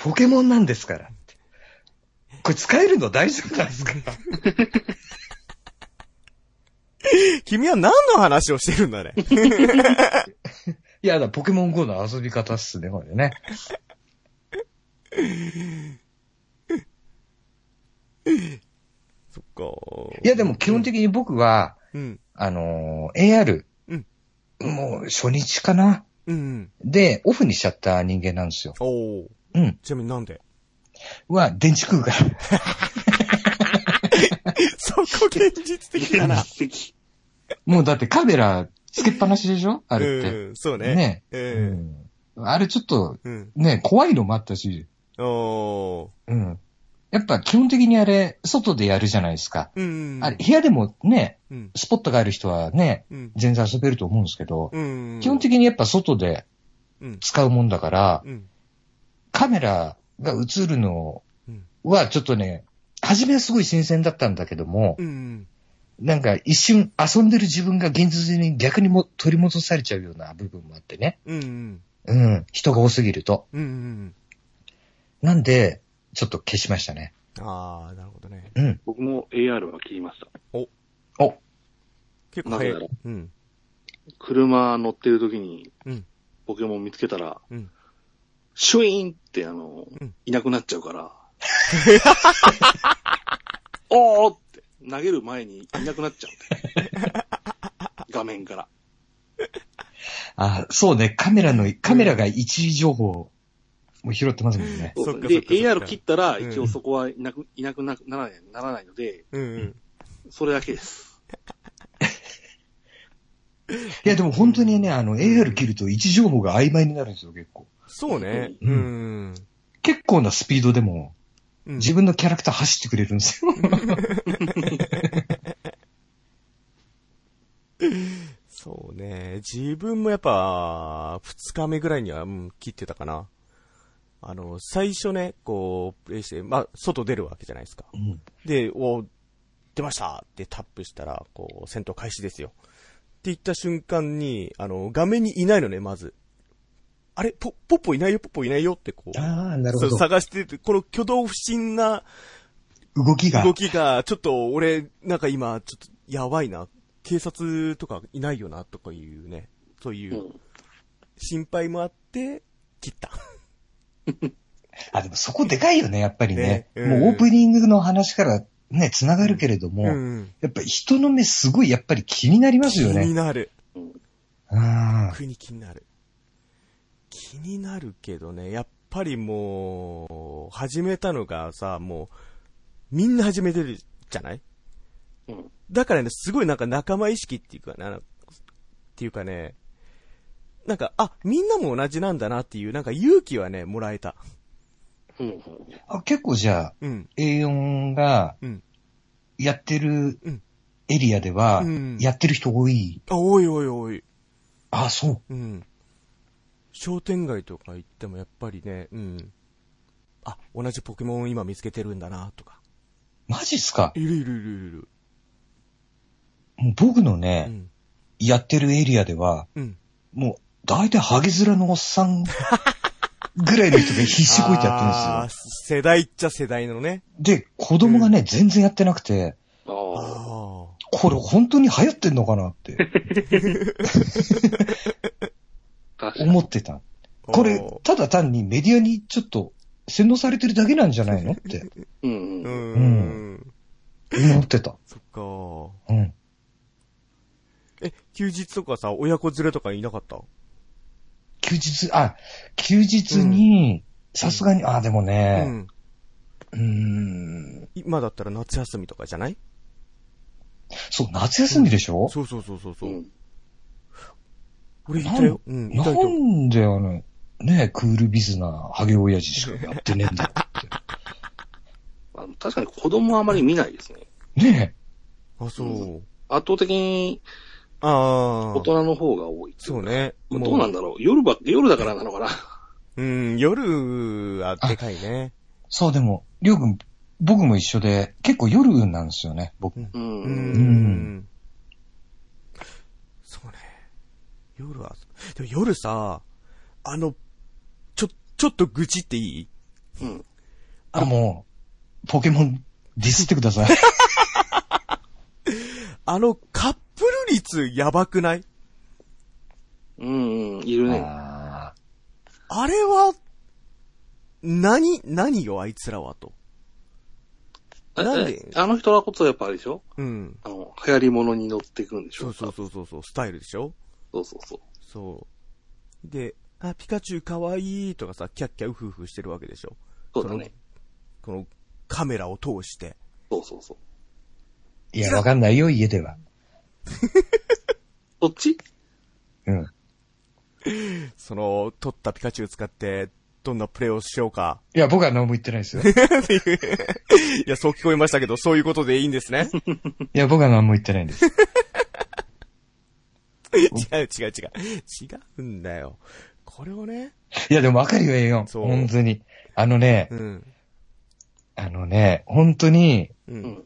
[SPEAKER 3] ポケモンなんですからって。これ使えるの大丈夫なんですか
[SPEAKER 2] 君は何の話をしてるんだね。
[SPEAKER 3] いや、だからポケモン GO の遊び方っすね、これね。
[SPEAKER 2] そっか。
[SPEAKER 3] いや、でも基本的に僕は、
[SPEAKER 2] うん。
[SPEAKER 3] あのー AR、
[SPEAKER 2] うん
[SPEAKER 3] もう初日かな。
[SPEAKER 2] うん。
[SPEAKER 3] で、オフにしちゃった人間なんですよ。
[SPEAKER 2] おー。
[SPEAKER 3] うん。
[SPEAKER 2] ちなみになんで
[SPEAKER 3] は、電 池食うから。
[SPEAKER 2] そこ現実的だな。
[SPEAKER 1] 現実的。
[SPEAKER 3] もうだってカメラつけっぱなしでしょあれって。
[SPEAKER 2] うん、そうね。
[SPEAKER 3] ね。
[SPEAKER 2] え
[SPEAKER 3] うんあれちょっと、
[SPEAKER 2] えうん。
[SPEAKER 3] ね、怖いのもあったし、
[SPEAKER 2] おー。
[SPEAKER 3] うん。やっぱ基本的にあれ、外でやるじゃないですか。
[SPEAKER 2] うん。
[SPEAKER 3] あれ、部屋でもね、
[SPEAKER 2] うん。
[SPEAKER 3] スポットがある人はね、
[SPEAKER 2] うん。
[SPEAKER 3] 全然遊べると思うんですけど、
[SPEAKER 2] うん。
[SPEAKER 3] 基本的にやっぱ外で
[SPEAKER 2] うん。
[SPEAKER 3] 使うもんだから、
[SPEAKER 2] うん。
[SPEAKER 3] カメラが映るのはちょっとね、初めはすごい新鮮だったんだけども、
[SPEAKER 2] うん。
[SPEAKER 3] なんか一瞬遊んでる自分が現実に逆にも取り戻されちゃうような部分もあってね。
[SPEAKER 2] うん。
[SPEAKER 3] うん。人が多すぎると。
[SPEAKER 2] うん。
[SPEAKER 3] なんで、ちょっと消しましたね。
[SPEAKER 2] あー、なるほどね。
[SPEAKER 3] うん。
[SPEAKER 1] 僕も AR は切りました。
[SPEAKER 3] お、
[SPEAKER 2] 結構早
[SPEAKER 1] なぜ
[SPEAKER 2] い。うん。
[SPEAKER 1] 車乗ってる時に
[SPEAKER 2] うん、
[SPEAKER 1] ポケモン見つけたら、
[SPEAKER 2] うん
[SPEAKER 1] シュイーンってあの、
[SPEAKER 2] うん
[SPEAKER 1] いなくなっちゃう から、おーって投げる前にいなくなっちゃうんだよ画面から。
[SPEAKER 3] あ、そうね。カメラの、カメラが一時情報を拾ってますもんね。
[SPEAKER 2] そっかそ
[SPEAKER 1] で、
[SPEAKER 2] っかそっか
[SPEAKER 1] AR 切ったら、
[SPEAKER 2] うん
[SPEAKER 1] 一応そこはいなく、いなくなならない、ならないので、
[SPEAKER 2] うん。
[SPEAKER 1] それだけです。。
[SPEAKER 3] いや、でも本当にね、あの、AR 切ると位置情報が曖昧になるんですよ、結構。
[SPEAKER 2] そうね。
[SPEAKER 3] うん
[SPEAKER 2] うん。
[SPEAKER 3] 結構なスピードでも、
[SPEAKER 2] うん
[SPEAKER 3] 自分のキャラクター走ってくれるんですよ。
[SPEAKER 2] そうね。自分もやっぱ、二日目ぐらいには、うん、切ってたかな。あの、最初ね、こう、プレイして、まあ、外出るわけじゃないですか。
[SPEAKER 3] うん
[SPEAKER 2] で、お、出ましたってタップしたら、こう、戦闘開始ですよ。って言った瞬間に、あの、画面にいないのね、まず。あれポ、ポッポいないよ、ポッポいないよってこう、
[SPEAKER 3] ああ、な
[SPEAKER 2] そう探してて、この挙動不審な
[SPEAKER 3] 動きが
[SPEAKER 2] 動。きが、ちょっと俺、なんか今、ちょっとやばいな。警察とかいないよな、とかいうね。そういううん心配もあって、切った。
[SPEAKER 3] あ、でもそこでかいよね、やっぱりね。
[SPEAKER 2] ねうん
[SPEAKER 3] もうオープニングの話からね、繋がるけれども、
[SPEAKER 2] うん。
[SPEAKER 3] やっぱ人の目すごいやっぱり気になります
[SPEAKER 2] 気
[SPEAKER 3] よ
[SPEAKER 2] に
[SPEAKER 3] ね。
[SPEAKER 2] なる。
[SPEAKER 3] うん。
[SPEAKER 2] 特に気になる。気になるけどね、やっぱりもう、始めたのがさ、もう、みんな始めてるじゃない
[SPEAKER 1] うん。
[SPEAKER 2] だからね、すごいなんか仲間意識っていうかな、っていうかね、なんか、あ、みんなも同じなんだなっていう、なんか勇気はね、もらえた。
[SPEAKER 1] うん。
[SPEAKER 3] あ結構じゃあ、
[SPEAKER 2] うん。
[SPEAKER 3] A4 が
[SPEAKER 2] うん、
[SPEAKER 3] やってる
[SPEAKER 2] うん
[SPEAKER 3] エリアでは
[SPEAKER 2] うん、
[SPEAKER 3] やってる人多い。
[SPEAKER 2] あ、おいおいおい。
[SPEAKER 3] あ、そ
[SPEAKER 2] う
[SPEAKER 3] う。
[SPEAKER 2] ん。商店街とか行ってもやっぱりね、うん。あ、同じポケモン今見つけてるんだな、とか。
[SPEAKER 3] マジっすか
[SPEAKER 2] いるいるいるいる。
[SPEAKER 3] もう僕の
[SPEAKER 2] う
[SPEAKER 3] ね、
[SPEAKER 2] ん。
[SPEAKER 3] やってるエリアでは、
[SPEAKER 2] うん。
[SPEAKER 3] もう、大体ハゲ面のおっさん ぐらいの人が必死こいてやって るん
[SPEAKER 2] あ
[SPEAKER 3] で
[SPEAKER 2] ー世代っちゃ世代のね。
[SPEAKER 3] すよ。で、子供がね、全然やってなくて、
[SPEAKER 1] ああ。
[SPEAKER 2] あ
[SPEAKER 3] これ本当に流行ってんのかなって
[SPEAKER 1] 確かに。
[SPEAKER 3] 思って た。
[SPEAKER 2] あ。
[SPEAKER 3] これ、ただ単にメディアにちょっと洗脳されてるだけなんじゃないのって
[SPEAKER 1] うん
[SPEAKER 2] う
[SPEAKER 1] うん。
[SPEAKER 2] ん。
[SPEAKER 3] 思ってた。
[SPEAKER 2] そっか。
[SPEAKER 3] うん。
[SPEAKER 2] え、休日とかさ、親子連れとかいなかった
[SPEAKER 3] 休日、あ、休日に、さすがに、あ、でも
[SPEAKER 2] う
[SPEAKER 3] ね、
[SPEAKER 2] ん。
[SPEAKER 3] うーん、
[SPEAKER 2] 今だったら夏休みとかじゃない
[SPEAKER 3] そう、夏休みでしょ
[SPEAKER 2] そうそうそうそう。
[SPEAKER 1] う。
[SPEAKER 2] うん俺いたよ。うん、い
[SPEAKER 3] な
[SPEAKER 2] たいた。
[SPEAKER 3] んであの、ね、クールビズなハゲ親父しかやってねえんだよ
[SPEAKER 1] あの確かに子供はあまり見ないですね。
[SPEAKER 3] ね
[SPEAKER 2] あ、そう。
[SPEAKER 1] 圧倒的に
[SPEAKER 2] あ
[SPEAKER 1] 大
[SPEAKER 2] あ。
[SPEAKER 1] 人の方が多い。
[SPEAKER 2] そうね。
[SPEAKER 1] まあどうなん
[SPEAKER 2] だ
[SPEAKER 1] だろう夜ば、夜だからなのかな
[SPEAKER 2] うん、夜、あ、でかいね。
[SPEAKER 3] え。そう、でも、りょうくん、僕も一緒で、結構夜なんですよね、僕。
[SPEAKER 1] う。
[SPEAKER 2] うんん。そうね。夜は、でも夜さ、あの、ちょ、ちょっと愚痴っていい
[SPEAKER 1] うん。
[SPEAKER 3] あ、もう、ポケモンディスってください。
[SPEAKER 2] あの、カップル率やばくない
[SPEAKER 1] うんうん。いるね。
[SPEAKER 3] あー
[SPEAKER 2] あれは、何、何よ、あいつらはと。
[SPEAKER 1] え
[SPEAKER 2] なんで
[SPEAKER 1] えあの人はこそやっぱあれでしょ
[SPEAKER 2] うん。
[SPEAKER 1] あの、流行り物に乗っていくんでし
[SPEAKER 2] そ
[SPEAKER 1] ょ
[SPEAKER 2] うそうそうそうそう、スタイルでしょ
[SPEAKER 1] そうそうそう。
[SPEAKER 2] そう。で、あ、ピカチュウかわいいとかさ、キャッキャウフフしてるわけでしょ。
[SPEAKER 1] そうだね。
[SPEAKER 2] このカメラを通して。
[SPEAKER 1] そうそうそう。
[SPEAKER 3] いや、わかんないよ、家では。
[SPEAKER 1] そっち
[SPEAKER 3] うん。
[SPEAKER 2] その、撮ったピカチュウ使って、どんなプレイをしようか。
[SPEAKER 3] いや、僕は何も言ってないですよ。
[SPEAKER 2] いや、そう聞こえましたけど、そういうことでいいんです ね。
[SPEAKER 3] いや、僕は何も言ってないんです。
[SPEAKER 2] 違う違う違う。違うんだよ。これをね。
[SPEAKER 3] いや、でもわかるよ、A4。
[SPEAKER 2] そう
[SPEAKER 3] 本当に。あのね
[SPEAKER 2] う、ん。
[SPEAKER 3] あのね、本当に、
[SPEAKER 2] う。
[SPEAKER 1] うんん。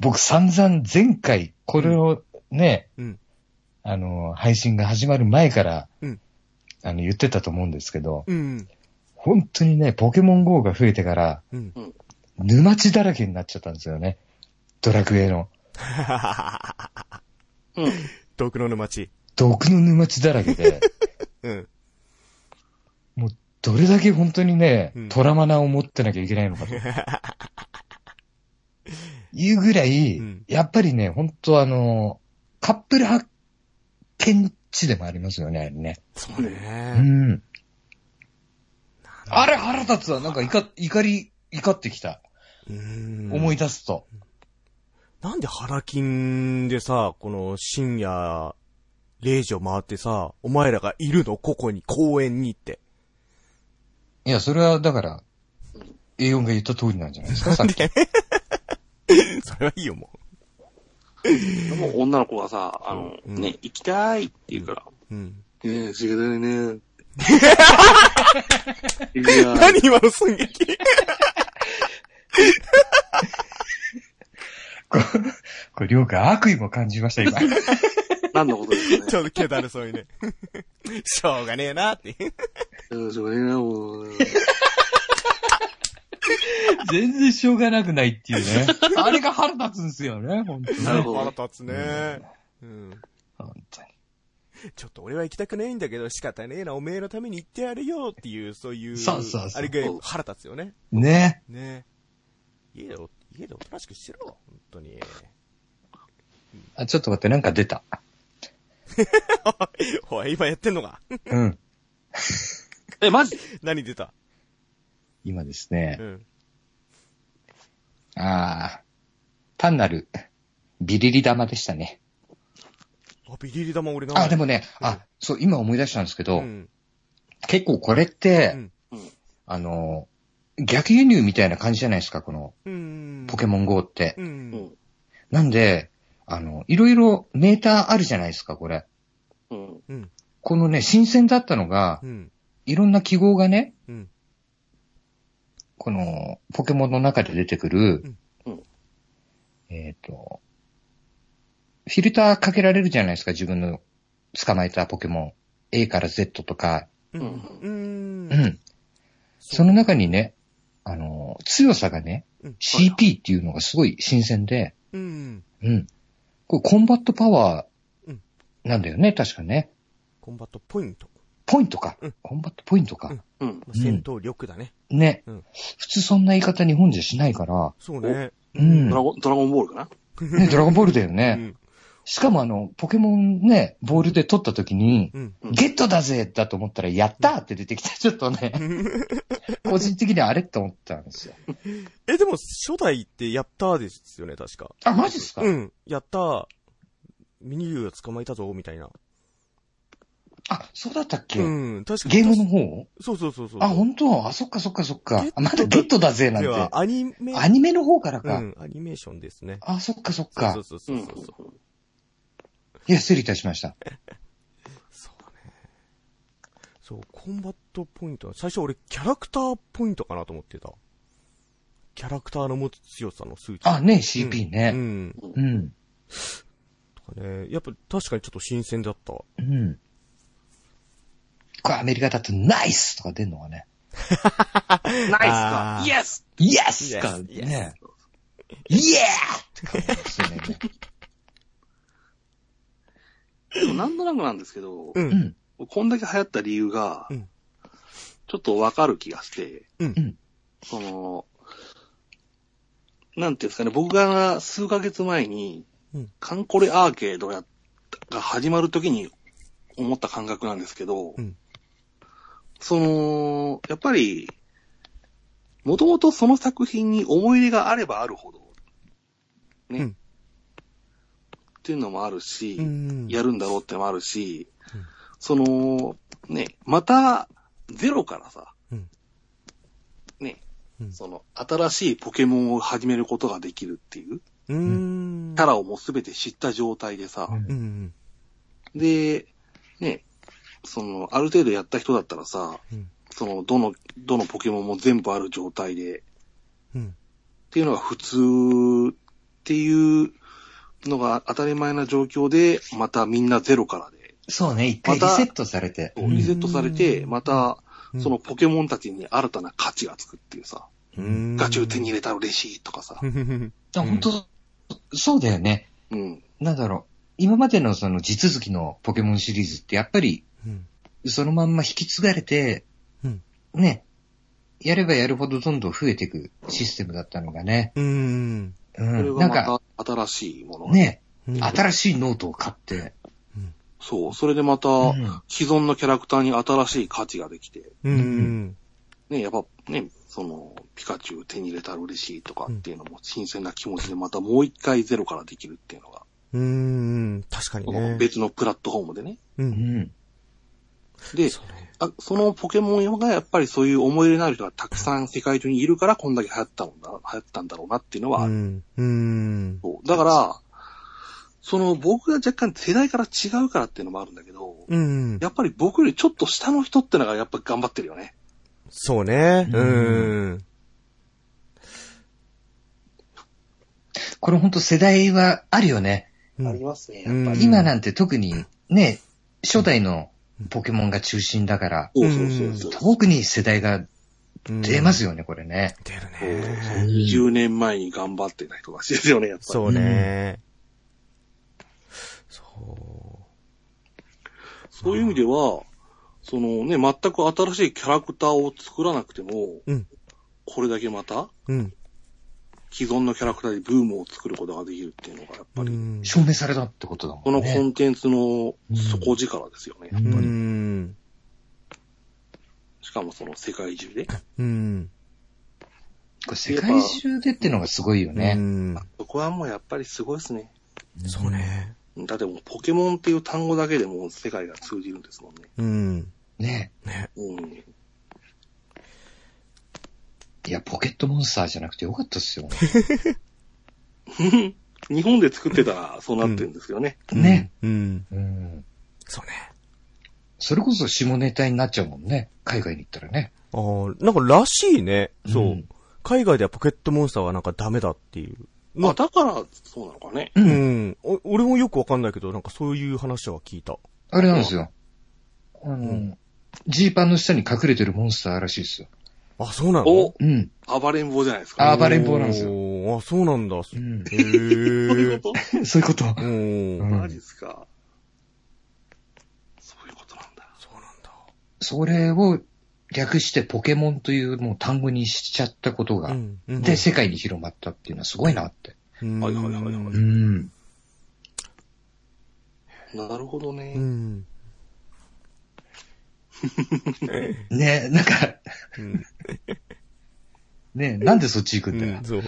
[SPEAKER 3] 僕散々前回、これをね、
[SPEAKER 2] うん。
[SPEAKER 3] あの、配信が始まる前から、
[SPEAKER 2] うん
[SPEAKER 3] あの、言ってたと思うんですけど、
[SPEAKER 2] うん。
[SPEAKER 3] 本当にね、ポケモン GO が増えてから、
[SPEAKER 2] うん。
[SPEAKER 3] 沼地だらけになっちゃったんですよね。ドラクエの。
[SPEAKER 1] うん。
[SPEAKER 2] 毒の沼地。
[SPEAKER 3] 毒の沼地だらけで、
[SPEAKER 2] うん。
[SPEAKER 3] どれだけ本当にね
[SPEAKER 2] うん、
[SPEAKER 3] トラマナを持ってなきゃいけないのかと。いうぐらい、
[SPEAKER 2] うん
[SPEAKER 3] やっぱりね、本当あの、カップル発見地でもありますよね、あれね。
[SPEAKER 2] そう
[SPEAKER 3] う
[SPEAKER 2] ね。
[SPEAKER 3] ん。あれ腹立つわ。なんか怒怒り、怒ってきた。
[SPEAKER 2] うん
[SPEAKER 3] 思い出すと。
[SPEAKER 2] なんで腹筋でさ、この深夜0時を回ってさ、お前らがいるのここに、公園にって。
[SPEAKER 3] いや、それはだから、A4 が言った通りなんじゃないですか、さっき。
[SPEAKER 2] それはいいよ、も
[SPEAKER 1] でも女の子はさ、あの、
[SPEAKER 2] うん
[SPEAKER 1] ね、行きたいって言うから、
[SPEAKER 2] う。うん。
[SPEAKER 1] ねえ、しが ないね。いや、
[SPEAKER 2] 何今の寸劇
[SPEAKER 3] これ、これ、りょうか悪意も感じました、今。
[SPEAKER 1] 何のことですか
[SPEAKER 2] ち
[SPEAKER 1] ね。
[SPEAKER 2] ょうど気だるそうにね。 しょうがねえなって。
[SPEAKER 1] うんしょうがねえな、もう。
[SPEAKER 3] 全然しょうがなくないっていうね。 あれが腹立つんですよね、本当に。
[SPEAKER 1] なるほど
[SPEAKER 2] 腹立つね。うん。
[SPEAKER 3] 本当に。
[SPEAKER 2] ちょっと俺は行きたくないんだけど仕方ねえな、おめえのために行ってやるよっていう、そういう。
[SPEAKER 3] そうそうそう
[SPEAKER 2] あれが腹立つよね。
[SPEAKER 3] ね
[SPEAKER 2] ね家でお、家でおとなしくしてろ、本当に。
[SPEAKER 3] あ、ちょっと待って、なんか出た。
[SPEAKER 2] おい、今やってんのか
[SPEAKER 3] うん。
[SPEAKER 1] え、マジ
[SPEAKER 2] 何出た
[SPEAKER 3] 今ですね
[SPEAKER 2] う。ん。
[SPEAKER 3] ああ、単なる、ビリリ玉でしたね。
[SPEAKER 2] あ、ビリリ玉俺な
[SPEAKER 3] あ、でもね、
[SPEAKER 2] うん
[SPEAKER 3] あ、そう、今思い出したんですけ
[SPEAKER 2] う
[SPEAKER 3] ど、
[SPEAKER 2] ん。
[SPEAKER 3] 結構これっ
[SPEAKER 2] う
[SPEAKER 3] て
[SPEAKER 2] ん、
[SPEAKER 3] あの、逆輸入みたいな感じじゃないですか、この
[SPEAKER 2] うん。
[SPEAKER 3] ポケモン GO って。
[SPEAKER 2] う。
[SPEAKER 1] うんん。
[SPEAKER 3] なんで、あの、いろいろメーターあるじゃないですか、これ。
[SPEAKER 1] うん。
[SPEAKER 2] うん。
[SPEAKER 3] このね、新鮮だったのが
[SPEAKER 2] う、ん。
[SPEAKER 3] いろんな記号がね、
[SPEAKER 2] うん。
[SPEAKER 3] この、ポケモンの中で出てくる、
[SPEAKER 1] うんうん
[SPEAKER 3] えっ、と、フィルターかけられるじゃないですか、自分の捕まえたポケモン。A から Z とか、
[SPEAKER 2] うん。うん
[SPEAKER 3] う。ん。その中にね、あの、強さがね、
[SPEAKER 2] うん
[SPEAKER 3] CP っていうのがすごい新鮮で、
[SPEAKER 2] うん。
[SPEAKER 3] うん。これコンバットパワ
[SPEAKER 2] う
[SPEAKER 3] ー
[SPEAKER 2] ん、
[SPEAKER 3] なんだよね、確かね。
[SPEAKER 2] コンバットポイント。
[SPEAKER 3] ポイントか
[SPEAKER 2] うん。
[SPEAKER 3] コンバットポイントか。
[SPEAKER 1] うん。
[SPEAKER 2] まあ戦闘力だね。
[SPEAKER 3] ね
[SPEAKER 2] うん。
[SPEAKER 3] 普通そんな言い方日本じゃしないから、
[SPEAKER 2] そうね。
[SPEAKER 3] うん
[SPEAKER 1] ドラゴン、ドラゴンボールかな
[SPEAKER 3] ね、ドラゴンボールだよ
[SPEAKER 2] う
[SPEAKER 3] ね。
[SPEAKER 2] ん。
[SPEAKER 3] しかもあの、ポケモンね、ボールで取った時に、
[SPEAKER 2] うん。
[SPEAKER 1] うん
[SPEAKER 3] ゲットだぜだと思ったら、やったーって出てきて、ちょっとね、個人的にはあれって思ったんですよ。
[SPEAKER 2] え、でも、初代ってやったーですよね、確か。
[SPEAKER 3] あ、マジっすか、
[SPEAKER 2] うん。やったー。ミニ竜が捕まえたぞ、みたいな。
[SPEAKER 3] あ、そうだったっけ、
[SPEAKER 2] うん。確か
[SPEAKER 3] ゲームの方
[SPEAKER 2] そうそうそうそう。
[SPEAKER 3] あ、本当あ、そっかそっかそっか
[SPEAKER 2] ゲッ。ト
[SPEAKER 3] あ、まだゲットだぜなん
[SPEAKER 2] では、
[SPEAKER 3] て。
[SPEAKER 2] アニメ、
[SPEAKER 3] アニメの方から
[SPEAKER 2] う
[SPEAKER 3] か。
[SPEAKER 2] ん、アニメーションですね。
[SPEAKER 3] あ、そっかそっか。
[SPEAKER 2] そうそう
[SPEAKER 1] う
[SPEAKER 2] そうんそう。
[SPEAKER 3] いや、失礼いたしました。
[SPEAKER 2] そうね。そう、コンバットポイント。最初俺、キャラクターポイントかなと思ってた。キャラクターの持つ強さの数値。
[SPEAKER 3] あ、ね、
[SPEAKER 2] うん、
[SPEAKER 3] CP
[SPEAKER 2] う
[SPEAKER 3] ね。
[SPEAKER 2] ん。
[SPEAKER 3] うん。うん。
[SPEAKER 2] とかね。やっぱ、確かにちょっと新鮮だったわ。
[SPEAKER 3] これアメリカだと、ナイスとか出んのがね。
[SPEAKER 1] ナイスか
[SPEAKER 2] あー
[SPEAKER 1] イエス
[SPEAKER 3] イエスか、
[SPEAKER 2] Yes
[SPEAKER 3] ね。イエーって感じですよね。
[SPEAKER 1] でもなんとなくなんですけど
[SPEAKER 2] う、ん。
[SPEAKER 3] うん。
[SPEAKER 1] こんだけ流行った理由が
[SPEAKER 2] うん、
[SPEAKER 1] ちょっとわかる気がして、
[SPEAKER 2] うん
[SPEAKER 3] うん
[SPEAKER 1] その、なんていうんですかね、僕が数ヶ月前に
[SPEAKER 2] うん、
[SPEAKER 1] カンコレアーケードやが始まるときに思った感覚なんですけど、
[SPEAKER 2] うん
[SPEAKER 1] その、やっぱり、もともとその作品に思い入れがあればあるほど、ね。
[SPEAKER 2] うん
[SPEAKER 1] っていうのもあるし、
[SPEAKER 2] うん
[SPEAKER 1] やるんだろうってのもあるし、
[SPEAKER 2] うん
[SPEAKER 1] その、ね、また、ゼロからさ、
[SPEAKER 2] うん
[SPEAKER 1] ね、
[SPEAKER 2] うん
[SPEAKER 1] その、新しいポケモンを始めることができるっていう、
[SPEAKER 2] うーん。
[SPEAKER 1] キャラをもうすべて知った状態でさ、
[SPEAKER 2] うんうん。
[SPEAKER 1] で、ね、その、ある程度やった人だったらさ、
[SPEAKER 2] うん
[SPEAKER 1] その、どの、どのポケモンも全部ある状態で、っ
[SPEAKER 2] うん。
[SPEAKER 1] ていうのが普通っていうのが当たり前な状況で、またみんなゼロからで、
[SPEAKER 3] そうね、一回リ
[SPEAKER 1] また
[SPEAKER 3] セットされて。
[SPEAKER 2] ん
[SPEAKER 1] リセットされて、また、
[SPEAKER 2] うん
[SPEAKER 1] その、ポケモンたちに新たな価値がつくっていうさ、
[SPEAKER 3] う。
[SPEAKER 2] うんん
[SPEAKER 1] ガチュー手に入れたら嬉しいとかさ、
[SPEAKER 3] あ本当、そうだよね。
[SPEAKER 1] うん。
[SPEAKER 3] なんだろう。今までのその地続きのポケモンシリーズってやっぱり
[SPEAKER 2] うん
[SPEAKER 3] そのまんま引き継がれて、
[SPEAKER 2] うん
[SPEAKER 3] ね、やればやるほどどんどん増えていくシステムだったのがね。
[SPEAKER 2] うん。
[SPEAKER 3] う
[SPEAKER 1] これ
[SPEAKER 3] ん。
[SPEAKER 1] が
[SPEAKER 3] なんか、
[SPEAKER 1] また新しいもの。。
[SPEAKER 3] ね、
[SPEAKER 2] うん。
[SPEAKER 3] 新しいノートを買って、
[SPEAKER 1] そう。それでまた、
[SPEAKER 3] うん
[SPEAKER 1] 既存のキャラクターに新しい価値ができて、
[SPEAKER 2] うん。
[SPEAKER 1] ね、やっぱね、その、ピカチュウ手に入れたら嬉しいとかっていうのも新鮮な気持ちでまたもう一回ゼロからできるっていうのが、
[SPEAKER 2] うん。確かに
[SPEAKER 1] この
[SPEAKER 2] ね。
[SPEAKER 1] 別のプラットフォームでね。
[SPEAKER 2] う。
[SPEAKER 3] うんん。
[SPEAKER 1] で、
[SPEAKER 2] そうね
[SPEAKER 1] あそのポケモンがやっぱりそういう思い入れのある人がたくさん世界中にいるからこんだけ流行ったんだ、流行ったんだろうなっていうのはあ
[SPEAKER 2] う
[SPEAKER 1] る、
[SPEAKER 2] ん。うん。
[SPEAKER 1] そうだから、その僕が若干世代から違うからっていうのもあるんだけど、
[SPEAKER 2] うん。
[SPEAKER 1] やっぱり僕よりちょっと下の人ってのがやっぱ頑張ってるよね。
[SPEAKER 2] そうね。
[SPEAKER 3] う
[SPEAKER 2] うんん。
[SPEAKER 3] これほんと世代はあるよね。
[SPEAKER 2] うん
[SPEAKER 1] ますね
[SPEAKER 2] やっぱりうん
[SPEAKER 3] 今なんて特にね、初代のポケモンが中心だから、
[SPEAKER 1] そうそうそうそう。
[SPEAKER 3] 特に世代が出ます
[SPEAKER 2] よ。
[SPEAKER 3] よね、これね。
[SPEAKER 2] 出る
[SPEAKER 1] そうそう
[SPEAKER 2] ね。
[SPEAKER 1] 20年前に頑張ってた人らしいですよね、やっぱり。
[SPEAKER 2] そうね。そ
[SPEAKER 1] そういう意味では、そのね、全く新しいキャラクターを作らなくても、
[SPEAKER 2] うん
[SPEAKER 1] これだけまた、
[SPEAKER 2] う。うん。
[SPEAKER 1] 既存のキャラクターでブームを作ることができるっていうのが、やっぱり、
[SPEAKER 2] うん
[SPEAKER 3] 証明されたってことだ
[SPEAKER 1] こ
[SPEAKER 3] も
[SPEAKER 1] の
[SPEAKER 3] ん
[SPEAKER 1] コ
[SPEAKER 3] ね。
[SPEAKER 1] ンテンツの底力ですよね、やっぱり。
[SPEAKER 2] うん。
[SPEAKER 1] しかもその世界中で。
[SPEAKER 2] うん。
[SPEAKER 3] これ世界中でってのがすごいよ
[SPEAKER 2] う
[SPEAKER 3] ね。
[SPEAKER 2] ん。
[SPEAKER 1] そこはもうやっぱりすごいですね。
[SPEAKER 2] そうね。
[SPEAKER 1] だってもうポケモンっていう単語だけでもう世界が通じるんですもんね。
[SPEAKER 2] うん。
[SPEAKER 3] ね。
[SPEAKER 1] うん。
[SPEAKER 3] いや、ポケットモンスターじゃなくてよかったっすよ。
[SPEAKER 1] 日本で作ってたらそうなってるんですけどね。
[SPEAKER 3] ね。
[SPEAKER 2] うん。
[SPEAKER 3] うん。
[SPEAKER 2] そうね。
[SPEAKER 3] それこそ下ネタになっちゃうもんね。海外に行ったらね。
[SPEAKER 2] ああ、なんからしいね。そう。
[SPEAKER 3] うん
[SPEAKER 2] 海外ではポケットモンスターはなんかダメだっていう。ま
[SPEAKER 1] まあだからそうなのかね。
[SPEAKER 3] う。
[SPEAKER 2] うんん。お俺もよくわかんないけど、なんかそういう話は聞いた。
[SPEAKER 3] あれなんですよ。あの
[SPEAKER 2] ん、
[SPEAKER 3] ジーパンの下に隠れてるモンスターらしいですよ。
[SPEAKER 2] あ、そうなの
[SPEAKER 1] お、
[SPEAKER 3] うん。
[SPEAKER 1] 暴れん坊じゃないですか。
[SPEAKER 3] あ暴れん坊なんですよ
[SPEAKER 2] よ。あ、そうなんだ。へ
[SPEAKER 3] うん
[SPEAKER 2] え。
[SPEAKER 1] そういうこと
[SPEAKER 3] そういうこと。
[SPEAKER 2] うん。
[SPEAKER 3] うん
[SPEAKER 1] マジですか。そういうことなんだ。
[SPEAKER 2] そうなんだ。
[SPEAKER 3] それを略してポケモンというもう単語にしちゃったことが、
[SPEAKER 2] ん。うん
[SPEAKER 3] で、世界に広まったっていうのはすごいなって。
[SPEAKER 2] うん
[SPEAKER 1] はいはいはいはい
[SPEAKER 3] ん。
[SPEAKER 1] なるほど
[SPEAKER 2] う
[SPEAKER 1] ね。
[SPEAKER 2] ん。
[SPEAKER 3] ねなんか、
[SPEAKER 2] うん
[SPEAKER 3] ねなんでそっち行くんだよ。
[SPEAKER 2] そう。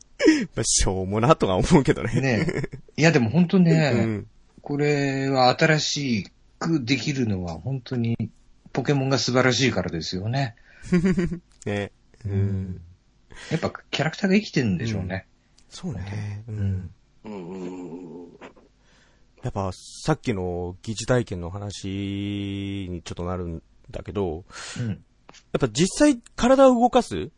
[SPEAKER 2] まあ、しょうもなとは思うけどね。
[SPEAKER 3] ねいや、でも本当ね、
[SPEAKER 2] うん。
[SPEAKER 3] これは新しくできるのは本当にポケモンが素晴らしいからですよね。
[SPEAKER 2] ね。うん。
[SPEAKER 3] やっぱキャラクターが生きてるんでしょうね。
[SPEAKER 2] そうね。う。。
[SPEAKER 3] うん
[SPEAKER 1] うんうんうんうん。
[SPEAKER 2] やっぱ、さっきの疑似体験の話にちょっとなるんだけど、
[SPEAKER 3] うん。
[SPEAKER 2] やっぱ実際体を動かす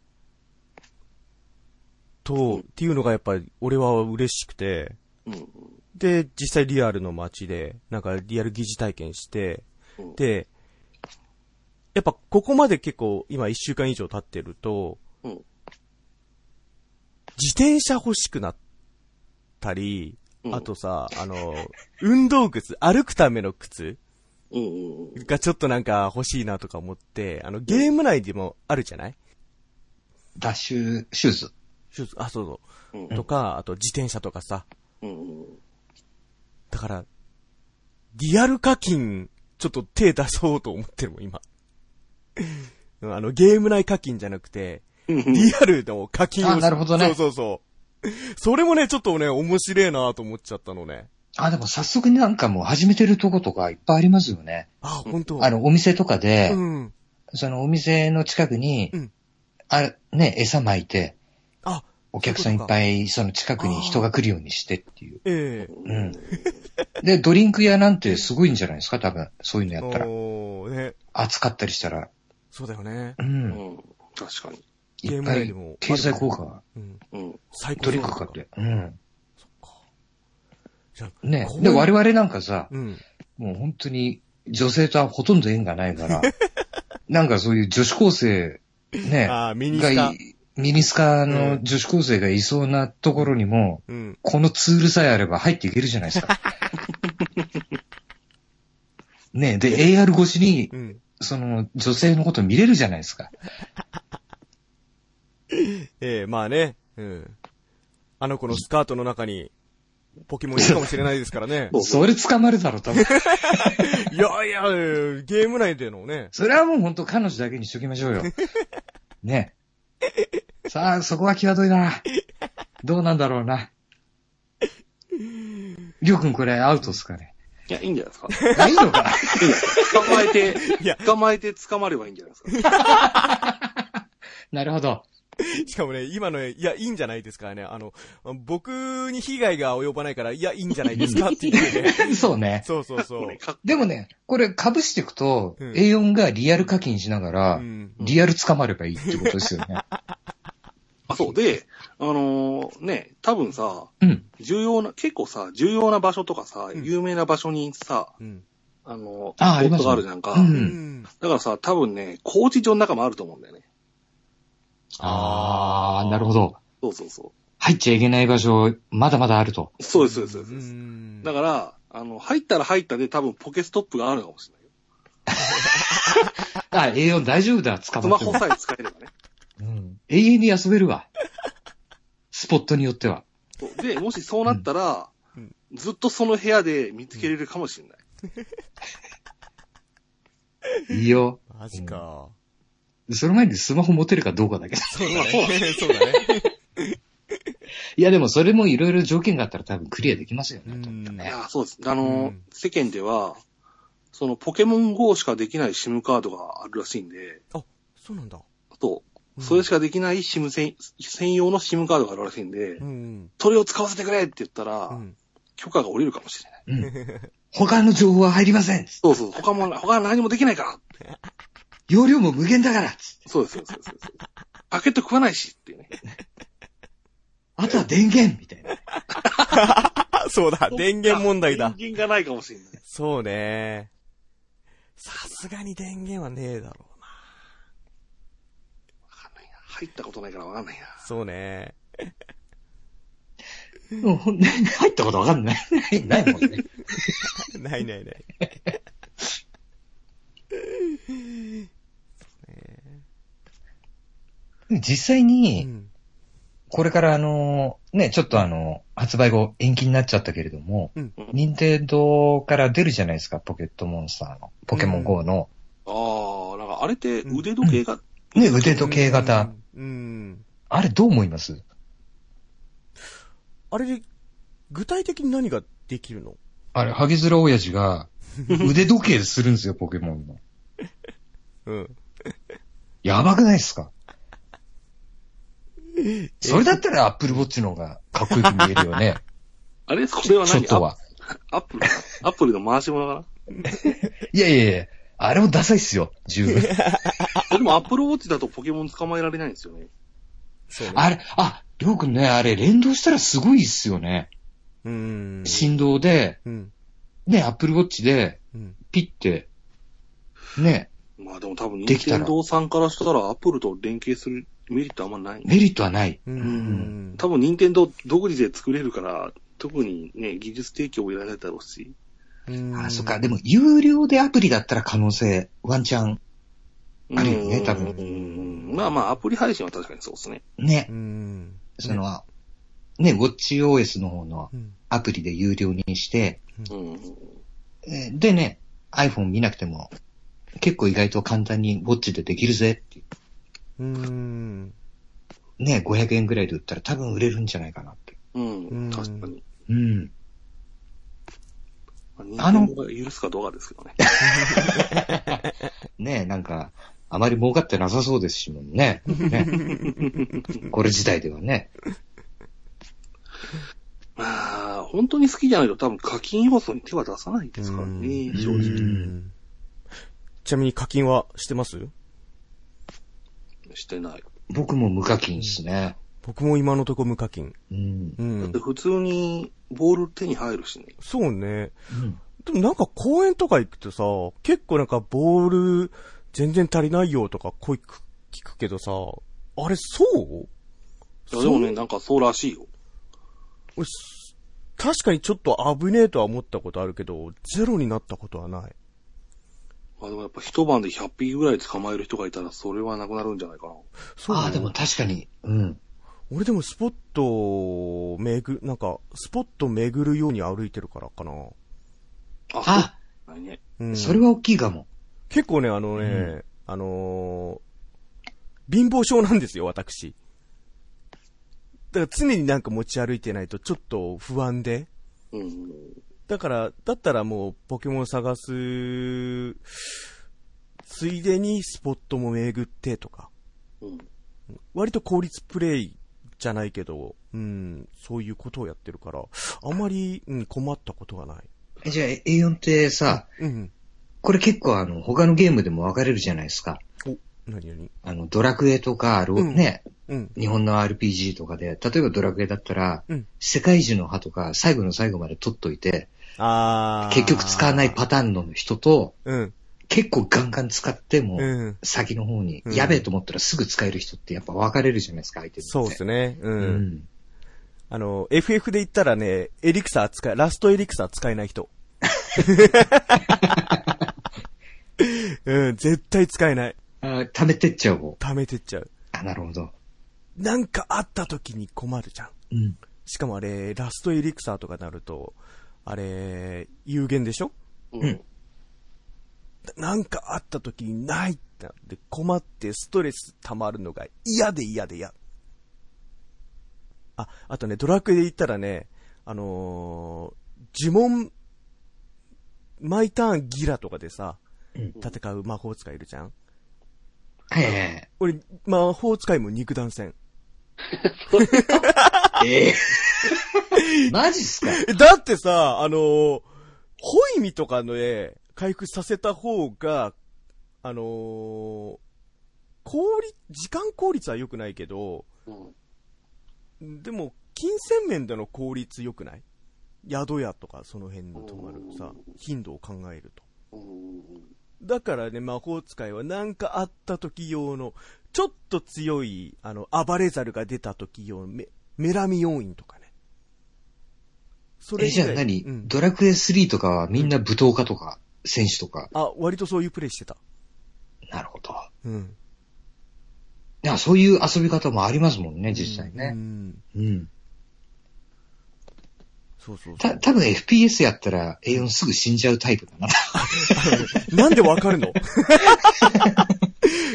[SPEAKER 2] と、っていうのがやっぱり俺は嬉しくて、
[SPEAKER 1] うんうん
[SPEAKER 2] で、実際リアルの街で、なんかリアル疑似体験して、
[SPEAKER 1] うん
[SPEAKER 2] で、やっぱここまで結構今一週間以上経ってると、
[SPEAKER 1] うん
[SPEAKER 2] 自転車欲しくなったり、
[SPEAKER 1] うん
[SPEAKER 2] あと、さ、あの、運動靴、歩くための靴
[SPEAKER 1] うんうんうん。
[SPEAKER 2] がちょっとなんか欲しいなとか思って、あの、ゲーム内でもあるじゃない
[SPEAKER 3] ダッシュ、シューズ。
[SPEAKER 2] シューズあ、そうそう。
[SPEAKER 1] うん
[SPEAKER 2] とか、あと自転車とかさ。
[SPEAKER 1] うんうん。
[SPEAKER 2] だから、リアル課金、ちょっと手出そうと思ってるもん、今。 うんあの、ゲーム内課金じゃなくて、
[SPEAKER 1] うんうん
[SPEAKER 2] リアルの課金をし
[SPEAKER 3] あなるほどね
[SPEAKER 2] そうそうそう。それもね、ちょっとね、面白いなと思っちゃったのね。
[SPEAKER 3] あ、でも早速なんかもう始めてるとことかいっぱいありますよね。
[SPEAKER 2] あ、本当
[SPEAKER 3] あの、お店とかで、
[SPEAKER 2] うん。
[SPEAKER 3] そのお店の近くに、
[SPEAKER 2] うん
[SPEAKER 3] あれ、ね、餌撒いて、
[SPEAKER 2] あ、
[SPEAKER 3] お客さんいっぱい、その近くに人が来るようにしてっていう。
[SPEAKER 2] ええ
[SPEAKER 3] うん。で、ドリンク屋なんてすごいんじゃないですか、多分。そういうのやったら。
[SPEAKER 2] おーね。
[SPEAKER 3] 暑かったりしたら。
[SPEAKER 2] そうだよね。
[SPEAKER 3] う。
[SPEAKER 1] うんん。確かに。
[SPEAKER 3] い
[SPEAKER 2] ゲー
[SPEAKER 3] っ
[SPEAKER 2] ム
[SPEAKER 3] ぱ
[SPEAKER 2] 内で
[SPEAKER 3] い
[SPEAKER 2] も。
[SPEAKER 3] 経済効果が
[SPEAKER 2] うん。
[SPEAKER 1] うん。。
[SPEAKER 2] 最高
[SPEAKER 3] ドリ
[SPEAKER 2] そう
[SPEAKER 3] ン
[SPEAKER 2] だ
[SPEAKER 3] ク
[SPEAKER 2] な
[SPEAKER 3] かかって。うん。
[SPEAKER 2] じゃ
[SPEAKER 3] ね
[SPEAKER 2] こうい。う
[SPEAKER 3] で、我々なんかさ、
[SPEAKER 2] うん。
[SPEAKER 3] もう本当に女性とはほとんど縁がな いから、なんかそういう女子高生、ね、
[SPEAKER 2] あー、ミニス
[SPEAKER 3] が
[SPEAKER 2] タ
[SPEAKER 3] い。ミニスカ
[SPEAKER 2] う
[SPEAKER 3] の
[SPEAKER 2] ん
[SPEAKER 3] 女子高生がいそうなところにも、
[SPEAKER 2] うん。
[SPEAKER 3] このツールさえあれば入っていけるじゃないで すか。ねえ、で、AR 越しに
[SPEAKER 2] う、ん。
[SPEAKER 3] その、女性のこと見れるじゃないですか。
[SPEAKER 2] ええまあね。うん。あの子のスカートの中に、ポケモンいるかもしれないですからね
[SPEAKER 3] それ捕まるだろ、多分。
[SPEAKER 2] いやいや、えーゲーム内でのね。
[SPEAKER 3] それはもう本当彼女だけにしときましょうよ。ねえ。さあ、そこは際どいな。どうなんだろうな。りょうくんこれアウトっすかね。
[SPEAKER 1] いや、いいんじゃないですか。
[SPEAKER 3] あいいのか
[SPEAKER 1] いいんじゃないですか捕まえて
[SPEAKER 2] いや、
[SPEAKER 1] 捕まえて捕まればいいんじゃないですか。
[SPEAKER 3] なるほど。
[SPEAKER 2] しかもね、今のね、いや、いいんじゃないですかね。あの、僕に被害が及ばないから、いや、いいんじゃないですかっていう ね。
[SPEAKER 3] そうね。
[SPEAKER 2] そうそうそ
[SPEAKER 1] もう
[SPEAKER 2] う
[SPEAKER 1] ね。か
[SPEAKER 3] でもね、これ被していくと、
[SPEAKER 2] うん
[SPEAKER 3] A4 がリアル課金しながら、
[SPEAKER 2] うん。
[SPEAKER 3] リアル捕まればいいってことですよ ね。
[SPEAKER 1] あそう。で、あのーね、多分さ、
[SPEAKER 3] うん。
[SPEAKER 1] 重要な、結構さ、重要な場所とかさ、
[SPEAKER 2] うん
[SPEAKER 1] 有名な場所にさ、
[SPEAKER 2] うん。
[SPEAKER 1] あの、
[SPEAKER 3] ああり
[SPEAKER 1] スポット
[SPEAKER 3] ますね
[SPEAKER 1] があるじゃんか。
[SPEAKER 3] う
[SPEAKER 2] うんん。
[SPEAKER 1] だからさ、多分ね、工事場の中もあると思うんだよね。
[SPEAKER 3] あー、なるほど。
[SPEAKER 1] そうそうそ
[SPEAKER 3] 入っちゃいけない場所、まだまだあると。
[SPEAKER 1] う。そうです、そうです、そうです。
[SPEAKER 2] ん
[SPEAKER 1] だから、あの、入ったら入ったで多分ポケストップがあるのかもしれないよ。
[SPEAKER 3] あ、A4 大丈夫だ、捕
[SPEAKER 1] ス
[SPEAKER 3] ま
[SPEAKER 1] マ
[SPEAKER 3] って
[SPEAKER 1] ホ
[SPEAKER 3] も。
[SPEAKER 1] さえ使えればね。
[SPEAKER 3] うん。永遠に遊べるわ。スポットによっては。
[SPEAKER 1] そうで、もしそうなったら、
[SPEAKER 2] うん
[SPEAKER 1] ずっとその部屋で見つけれるかもしれない。
[SPEAKER 3] いいよ。
[SPEAKER 2] マジか。
[SPEAKER 3] その前にスマホ持てるかどうかだけど。
[SPEAKER 2] そうだ ね。そうだね。
[SPEAKER 3] いや、でもそれもいろいろ条件があったら多分クリアできますよ
[SPEAKER 2] う
[SPEAKER 3] ね。と
[SPEAKER 2] ん
[SPEAKER 1] いや、そうです。あの、
[SPEAKER 2] うん
[SPEAKER 1] 世間では、そのポケモン GO しかできない SIM カードがあるらしいんで、
[SPEAKER 2] そうなんだ。
[SPEAKER 1] と、
[SPEAKER 2] うん
[SPEAKER 1] それしかできない SIM 専専用の SIM カードがあるらしいんで、
[SPEAKER 2] うん。
[SPEAKER 1] それを使わせてくれって言ったら、
[SPEAKER 2] うん。
[SPEAKER 1] 許可が下りるかもしれない。
[SPEAKER 3] 他の情報は入りません。
[SPEAKER 1] そうそう、他も、他は何もできないから。
[SPEAKER 3] 容量も無限だから。つって
[SPEAKER 1] そうです、そうです、そうです。パケット食わないしっていうね。
[SPEAKER 3] あとは電源みたいな。
[SPEAKER 2] あ、そうだ。電源問題だ。
[SPEAKER 1] 電源がないかもしれない。
[SPEAKER 2] そうね。さすがに電源はねえだ
[SPEAKER 1] わ
[SPEAKER 2] ろうな。
[SPEAKER 1] かんないな。入ったことないからわかんないな。
[SPEAKER 2] そうね。
[SPEAKER 3] もうほん入ったことわかんない。 ないもんね。
[SPEAKER 2] ないないない。
[SPEAKER 3] 実際
[SPEAKER 2] う
[SPEAKER 3] に、
[SPEAKER 2] ん。
[SPEAKER 3] これからあの、ね、ちょっとあの、発売後延期になっちゃったけれども、
[SPEAKER 2] うん
[SPEAKER 3] 任天堂から出るじゃないですか、ポケットモンスターの、ポケモン GO の、
[SPEAKER 1] あー、なんかあれって腕時計が、
[SPEAKER 3] ね、腕時計型。
[SPEAKER 2] うん。うん。
[SPEAKER 3] あれどう思います
[SPEAKER 2] あれで、具体的に何ができるの
[SPEAKER 3] あれ、ハゲズラ親父 が、腕時計するんですよ、ポケモンの。
[SPEAKER 2] うん。
[SPEAKER 3] やばくないですか それだったらアップルウォッチの方がかっこよく見えるよ ね。
[SPEAKER 1] あれこれは
[SPEAKER 3] ちょ
[SPEAKER 1] 何
[SPEAKER 3] っとは。
[SPEAKER 1] アップル、アップルの回し物かない
[SPEAKER 3] やいやいや、あれもダサいっすよ、十分。
[SPEAKER 1] でもアップルウォッチだとポケモン捕まえられないんですよね。
[SPEAKER 2] そうね。
[SPEAKER 3] あれ、あ、りょうくんね、あれ連動したらすごいっすよね。
[SPEAKER 2] うん。
[SPEAKER 3] 振動で、
[SPEAKER 2] うん。
[SPEAKER 3] ね、アップルウォッチで、
[SPEAKER 2] うん。
[SPEAKER 3] ピッて、ね、
[SPEAKER 1] まあでも多分、
[SPEAKER 3] で
[SPEAKER 1] 任
[SPEAKER 3] きたら
[SPEAKER 1] 天堂さんからしたらアップルと連携するメリットあんまない。
[SPEAKER 3] メリットはない。
[SPEAKER 2] うん。
[SPEAKER 1] 多分、任天堂独自で作れるから、特にね、技術提供もいらないだろうし。
[SPEAKER 2] うん
[SPEAKER 3] あ、そっか、でも、有料でアプリだったら可能性、ワンチャン、あるよね
[SPEAKER 1] うん
[SPEAKER 3] 多分
[SPEAKER 1] うんまあまあ、アプリ配信は確かにそうですね。
[SPEAKER 3] ね
[SPEAKER 2] う、ん。
[SPEAKER 3] その、ね、ウォッチ OS の方の
[SPEAKER 2] うん。
[SPEAKER 3] アプリで有料にして、
[SPEAKER 1] うん。
[SPEAKER 3] えーでね、iPhone 見なくても、結構意外と簡単にウォッチでできるぜっていう
[SPEAKER 2] ーん。
[SPEAKER 3] う。ね、500円ぐらいで売ったら多分売れるんじゃないかなって。
[SPEAKER 1] うん
[SPEAKER 2] ん。
[SPEAKER 1] 確かに。
[SPEAKER 3] うん。
[SPEAKER 1] あの、許すかどうかですけどね。
[SPEAKER 3] ねなんか、あまり儲かってなさそうですしもんね。 ねこれ自体ではね。
[SPEAKER 1] まあ、本当に好きじゃないと多分課金要素に手は出さないですからね
[SPEAKER 2] う、
[SPEAKER 1] 正
[SPEAKER 3] う
[SPEAKER 1] 直。
[SPEAKER 3] ん
[SPEAKER 2] ちなみに課金はしてます
[SPEAKER 1] してない。
[SPEAKER 3] 僕も無課金っすね。
[SPEAKER 2] 僕も今のとこ無課金。
[SPEAKER 3] う
[SPEAKER 2] う
[SPEAKER 3] ん。
[SPEAKER 1] だっ
[SPEAKER 2] ん
[SPEAKER 1] て。普通にボール手に入るしね。
[SPEAKER 2] そうね。
[SPEAKER 3] うん
[SPEAKER 2] でもなんか公園とか行くとさ、結構なんかボール全然足りないよとか声く聞くけどさ、あれそう
[SPEAKER 1] いやでも
[SPEAKER 2] そ
[SPEAKER 1] ね、
[SPEAKER 2] う
[SPEAKER 1] なんかそうらしいよ。
[SPEAKER 2] 俺す確かにちょっと危ねえとは思ったことあるけど、ゼロになったことはない。
[SPEAKER 1] まあでもやっぱ一晩で100匹ぐらい捕まえる人がいたらそれはなくなるんじゃないかな。
[SPEAKER 2] そう、ね。
[SPEAKER 3] ああ、でも確かに。うん。
[SPEAKER 2] 俺でもスポットを巡、なんか、スポット巡るように歩いてるからかな。
[SPEAKER 1] あ、
[SPEAKER 3] あ、
[SPEAKER 1] そうないね。
[SPEAKER 2] うん。
[SPEAKER 3] それは大きいかも。
[SPEAKER 2] 結構ね、あのね、
[SPEAKER 3] うん
[SPEAKER 2] あのー貧乏症なんですよ、私。だから常になんか持ち歩いてないとちょっと不安で。
[SPEAKER 1] うん。
[SPEAKER 2] だから、だったらもうポケモン探す、ついでにスポットも巡ってとか。
[SPEAKER 1] うん。
[SPEAKER 2] 割と効率プレイじゃないけど、うん、そういうことをやってるから、あまり、うん、困ったことがない。
[SPEAKER 3] えじゃあ A4 ってさ、
[SPEAKER 2] うん。
[SPEAKER 3] これ結構あの、他のゲームでも分かれるじゃないですか。
[SPEAKER 2] 何何
[SPEAKER 3] あの、ドラクエとか、ロ
[SPEAKER 2] うん
[SPEAKER 3] ね、
[SPEAKER 2] うん。
[SPEAKER 3] 日本の RPG とかで、例えばドラクエだったら、
[SPEAKER 2] うん
[SPEAKER 3] 世界中の歯とか最後の最後まで取っといて、
[SPEAKER 2] あー
[SPEAKER 3] 結局使わないパターンの人と、
[SPEAKER 2] うん。
[SPEAKER 3] 結構ガンガン使っても、
[SPEAKER 2] うん。
[SPEAKER 3] 先の方に、
[SPEAKER 2] うん
[SPEAKER 3] やべえと思ったらすぐ使える人ってやっぱ分かれるじゃないですか、相手に。
[SPEAKER 2] そうですね。う。
[SPEAKER 3] うんん。
[SPEAKER 2] あの、FF で言ったらね、エリクサー使え、ラストエリクサー使えない 人。うん、絶対使えない。
[SPEAKER 3] あー溜めてっちゃう方。
[SPEAKER 2] 貯めてっちゃう。
[SPEAKER 3] あ、なるほど。
[SPEAKER 2] なんかあった時に困るじゃん。
[SPEAKER 3] うん。
[SPEAKER 2] しかもあれ、ラストエリクサーとかなると、あれ、有限でしょ
[SPEAKER 1] うん。
[SPEAKER 3] うん
[SPEAKER 2] なんかあった時にないってなって困ってストレス溜まるのが嫌で嫌で嫌。あ、あとね、ドラクエで言ったらね、あのー呪文、毎ターンギラとかでさ、
[SPEAKER 3] うん
[SPEAKER 2] 戦う魔法使いいるじゃん
[SPEAKER 3] はいはいはい。
[SPEAKER 2] 俺、魔法使いも肉弾戦。
[SPEAKER 3] え えマジっすか
[SPEAKER 2] え、だってさ、あのーホイミとかの絵、回復させた方が、あのー効率、時間効率は良くないけど、
[SPEAKER 1] うん
[SPEAKER 2] でも、金銭面での効率良くない宿屋とかその辺に泊まるさ
[SPEAKER 1] う、
[SPEAKER 2] 頻度を考えると。
[SPEAKER 1] うん。
[SPEAKER 2] だからね、魔法使いはなんかあった時用の、ちょっと強い、あの、暴れ猿が出た時用のメ、メラミ要因とかね。そ
[SPEAKER 3] え、
[SPEAKER 2] 以
[SPEAKER 3] じゃ
[SPEAKER 2] 外
[SPEAKER 3] あ何、
[SPEAKER 2] うん
[SPEAKER 3] ドラクエ3とかはみんな武闘家とか、選手とか。
[SPEAKER 2] あ、割とそういうプレイしてた。
[SPEAKER 3] なるほど。
[SPEAKER 2] うん。
[SPEAKER 3] いや、そういう遊び方もありますもんね、実際
[SPEAKER 2] う
[SPEAKER 3] ね。
[SPEAKER 2] ん。
[SPEAKER 3] うん。
[SPEAKER 2] そうそうそ
[SPEAKER 3] た、
[SPEAKER 2] う。
[SPEAKER 3] 多分 FPS やったら A4 すぐ死んじゃうタイプだな。
[SPEAKER 2] なんでわか るの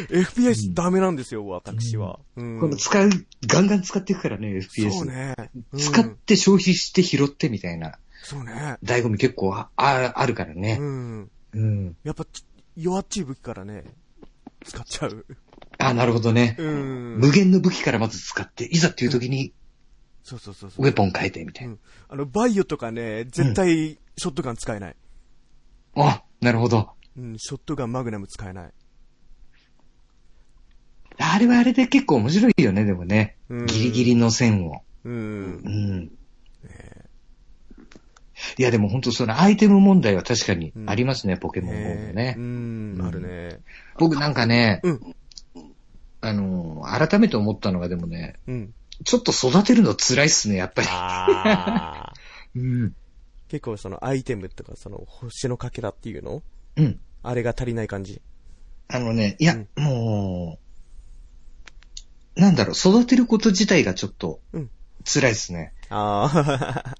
[SPEAKER 2] ?FPS ダメなんですよ、私は。うん。
[SPEAKER 3] この使う、ガンガン使っていくからね、FPS。
[SPEAKER 2] そうね。うん
[SPEAKER 3] 使って消費して拾ってみたいな、
[SPEAKER 2] そうね。
[SPEAKER 3] 醍醐味結構あああるからね
[SPEAKER 2] う。ん。
[SPEAKER 3] うん。
[SPEAKER 2] やっぱ、ち弱っちい武器からね、使っちゃう。
[SPEAKER 3] あ、なるほどね。
[SPEAKER 2] うん。
[SPEAKER 3] 無限の武器からまず使って、いざっていう時に
[SPEAKER 2] そうそうそうそう。
[SPEAKER 3] ウェポン変えてみたいな。
[SPEAKER 2] うんあの、バイオとかね、絶対、ショットガン使えない。
[SPEAKER 3] あ、なるほど。
[SPEAKER 2] うん、ショットガン、マグナム使えない。
[SPEAKER 3] あれはあれで結構面白いよね、でもね。
[SPEAKER 2] うん
[SPEAKER 3] ギリギリの線を。
[SPEAKER 2] うん
[SPEAKER 3] う。ん。いや、でも本当そのアイテム問題は確かにありますね、ポケモン GO も
[SPEAKER 2] えう
[SPEAKER 3] ね。
[SPEAKER 2] ん、あるね。
[SPEAKER 3] 僕なんかね、
[SPEAKER 2] うん
[SPEAKER 3] あのー、改めて思ったのがでもね、
[SPEAKER 2] うん。
[SPEAKER 3] ちょっと育てるの辛いっすね、やっぱり。
[SPEAKER 2] あー。
[SPEAKER 3] うん。
[SPEAKER 2] 結構そのアイテムとか、その星のかけらっていうの
[SPEAKER 3] うん。
[SPEAKER 2] あれが足りない感じ。
[SPEAKER 3] あのね、いや、
[SPEAKER 2] うん
[SPEAKER 3] もう、なんだろう、育てること自体がちょっと
[SPEAKER 2] うん、
[SPEAKER 3] 辛いっすね。
[SPEAKER 2] ああ。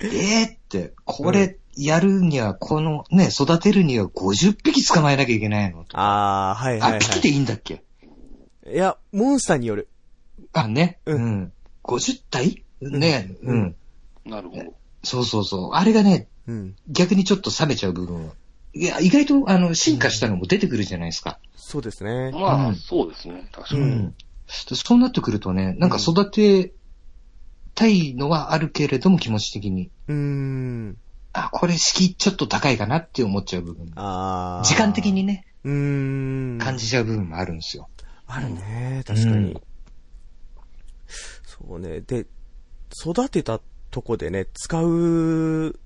[SPEAKER 3] ええって、これ、やるには、このね、育てるには50匹捕まえなきゃいけないのと。
[SPEAKER 2] あー、はいはい、は
[SPEAKER 3] あ、
[SPEAKER 2] い。
[SPEAKER 3] 匹でいいんだっけ
[SPEAKER 2] いや、モンスターによる。
[SPEAKER 3] あ、ね。
[SPEAKER 2] う
[SPEAKER 3] うんん。50体ね、
[SPEAKER 2] う
[SPEAKER 3] うんん。
[SPEAKER 1] なるほど。
[SPEAKER 3] そうそうそう。あれがね、
[SPEAKER 2] うん。
[SPEAKER 3] 逆にちょっと冷めちゃう部分は。いや、意外と、あの、進化したのも出てくるじゃないですか。
[SPEAKER 2] そうですね。
[SPEAKER 1] ま
[SPEAKER 3] う
[SPEAKER 1] あ、
[SPEAKER 3] ん
[SPEAKER 1] そうですね。確か
[SPEAKER 2] う
[SPEAKER 1] に。
[SPEAKER 2] ん
[SPEAKER 3] でそうなってくるとね、なんか育てたいのはあるけれども気持ち的に、
[SPEAKER 2] うーん。
[SPEAKER 3] あ、これ敷居ちょっと高いかなって思っちゃう部分。
[SPEAKER 2] あー。
[SPEAKER 3] 時間的に。ね、
[SPEAKER 2] うーん。
[SPEAKER 3] 感じちゃう部分もあるんですよ。
[SPEAKER 2] あるね、確かに。
[SPEAKER 3] うん
[SPEAKER 2] そうね。で、育てたとこでね、使う、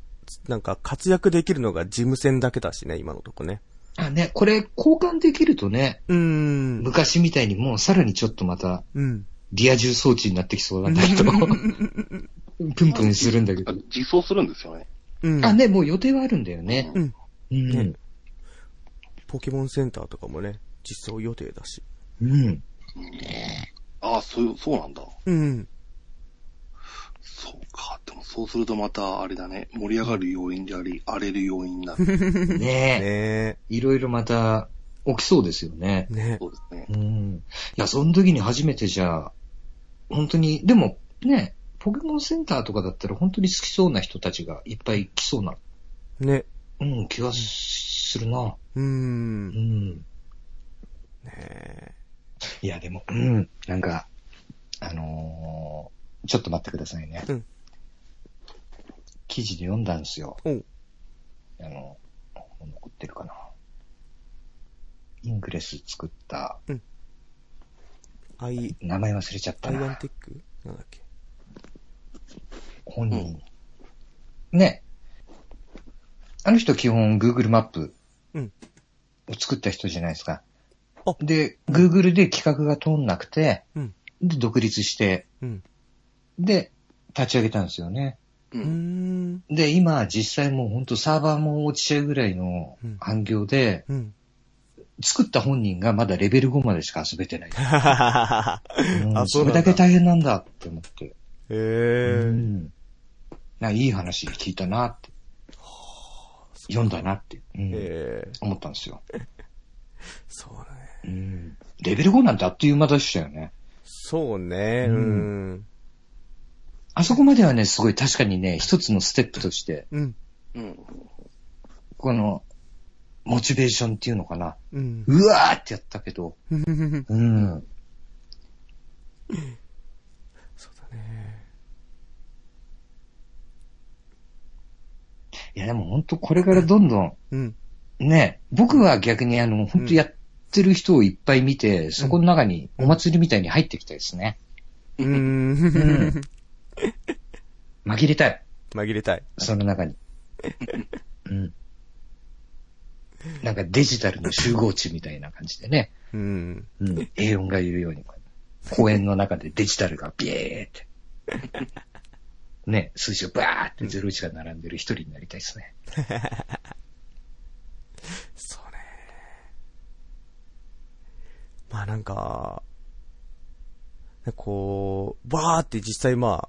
[SPEAKER 2] なんか活躍できるのが事務船だけだしね、今のとこね。
[SPEAKER 3] あね、これ交換できるとね、
[SPEAKER 2] うーん。
[SPEAKER 3] 昔みたいにもうさらにちょっとまた
[SPEAKER 2] うん。
[SPEAKER 3] リア充装置になってきそうだなと、 プンプンするんだけ
[SPEAKER 1] あ
[SPEAKER 3] ど。
[SPEAKER 1] 自走するんですよね。
[SPEAKER 2] うん。
[SPEAKER 3] あね、もう予定はあるんだよね。
[SPEAKER 2] うん。
[SPEAKER 3] うん。
[SPEAKER 2] ねポケモンセンターとかもね、実装予定だし。
[SPEAKER 3] うん。
[SPEAKER 1] ああ、そう、そうなんだ。
[SPEAKER 2] うん。
[SPEAKER 1] そうか。でもそうするとまた、あれだね。盛り上がる要因であり、荒れる要因になる。
[SPEAKER 3] ねえ、
[SPEAKER 2] ね
[SPEAKER 3] いろいろまた起きそうですよね。
[SPEAKER 2] え。ね
[SPEAKER 1] そうです ね。
[SPEAKER 3] うん。いや、その時に初めてじゃあ、本当に、でもね、ポケモンセンターとかだったら本当に好きそうな人たちがいっぱい来そうな、
[SPEAKER 2] え。ね。
[SPEAKER 3] うん、気がするな。
[SPEAKER 2] うーん。
[SPEAKER 3] う
[SPEAKER 2] ね
[SPEAKER 3] ん。
[SPEAKER 2] え。
[SPEAKER 3] いや、でも、うん、なんか、あのーちょっと待ってくださいね。
[SPEAKER 2] うん
[SPEAKER 3] 記事で読んだんですよ。
[SPEAKER 2] おう
[SPEAKER 3] あの、残ってるかな。イングレス作った、
[SPEAKER 2] アイ、
[SPEAKER 3] 名前忘れちゃっ
[SPEAKER 2] ア
[SPEAKER 3] た
[SPEAKER 2] イアン
[SPEAKER 3] な。
[SPEAKER 2] テックなんだっけ
[SPEAKER 3] 本人。ね。あの人基本 Google マップ
[SPEAKER 2] うん
[SPEAKER 3] を作った人じゃないですか。
[SPEAKER 2] あ
[SPEAKER 3] で、Google で企画が通んなくて、
[SPEAKER 2] うん
[SPEAKER 3] で、独立して、
[SPEAKER 2] うん。
[SPEAKER 3] で、立ち上げたんですよね。
[SPEAKER 1] う
[SPEAKER 2] うー
[SPEAKER 1] ん。
[SPEAKER 2] ん。
[SPEAKER 3] で、今実際もう本当サーバーも落ちちゃうぐらいの
[SPEAKER 2] うん
[SPEAKER 3] 反響で、
[SPEAKER 2] うん。
[SPEAKER 3] 作った本人がまだレベル5までしか遊べて ない。
[SPEAKER 2] はははは。
[SPEAKER 3] うん
[SPEAKER 2] あそ
[SPEAKER 3] そう
[SPEAKER 2] な
[SPEAKER 3] れ
[SPEAKER 2] んだ
[SPEAKER 3] だけ大変なんだって思って。
[SPEAKER 2] へえ。
[SPEAKER 3] うんなんかいい話聞いたなって。読んだなって。うん
[SPEAKER 2] ええ。
[SPEAKER 3] 思ったんですよ。
[SPEAKER 2] そうだね。
[SPEAKER 3] うん。レベル5なんてあっという間でしたよね。
[SPEAKER 2] そうね。う。
[SPEAKER 3] うんあそこまではね、すごい確かにね、一つのステップとして、
[SPEAKER 2] うん。
[SPEAKER 1] うん。
[SPEAKER 3] この、モチベーションっていうのかな。
[SPEAKER 2] うん。
[SPEAKER 3] うわーってやったけど、うん。
[SPEAKER 2] そうだね。
[SPEAKER 3] いやでも本当これからどんどん、
[SPEAKER 2] うん。
[SPEAKER 3] ね、僕は逆にあの、本当やってる人をいっぱい見て、そこの中にお祭りみたいに入ってきたいですね。
[SPEAKER 2] う
[SPEAKER 3] うん
[SPEAKER 2] ん。
[SPEAKER 3] 紛れたい。
[SPEAKER 2] 紛れたい。
[SPEAKER 3] その中に。 うん。なんかデジタルの集合地みたいな感じでね。
[SPEAKER 2] うん。
[SPEAKER 3] うん。A4 が言うように、公園の中でデジタルがビエーって。 ね、数字をバーって01が並んでる一人になりたいですね。
[SPEAKER 2] そうね。まあなんか、ねこう、バーって実際まあ、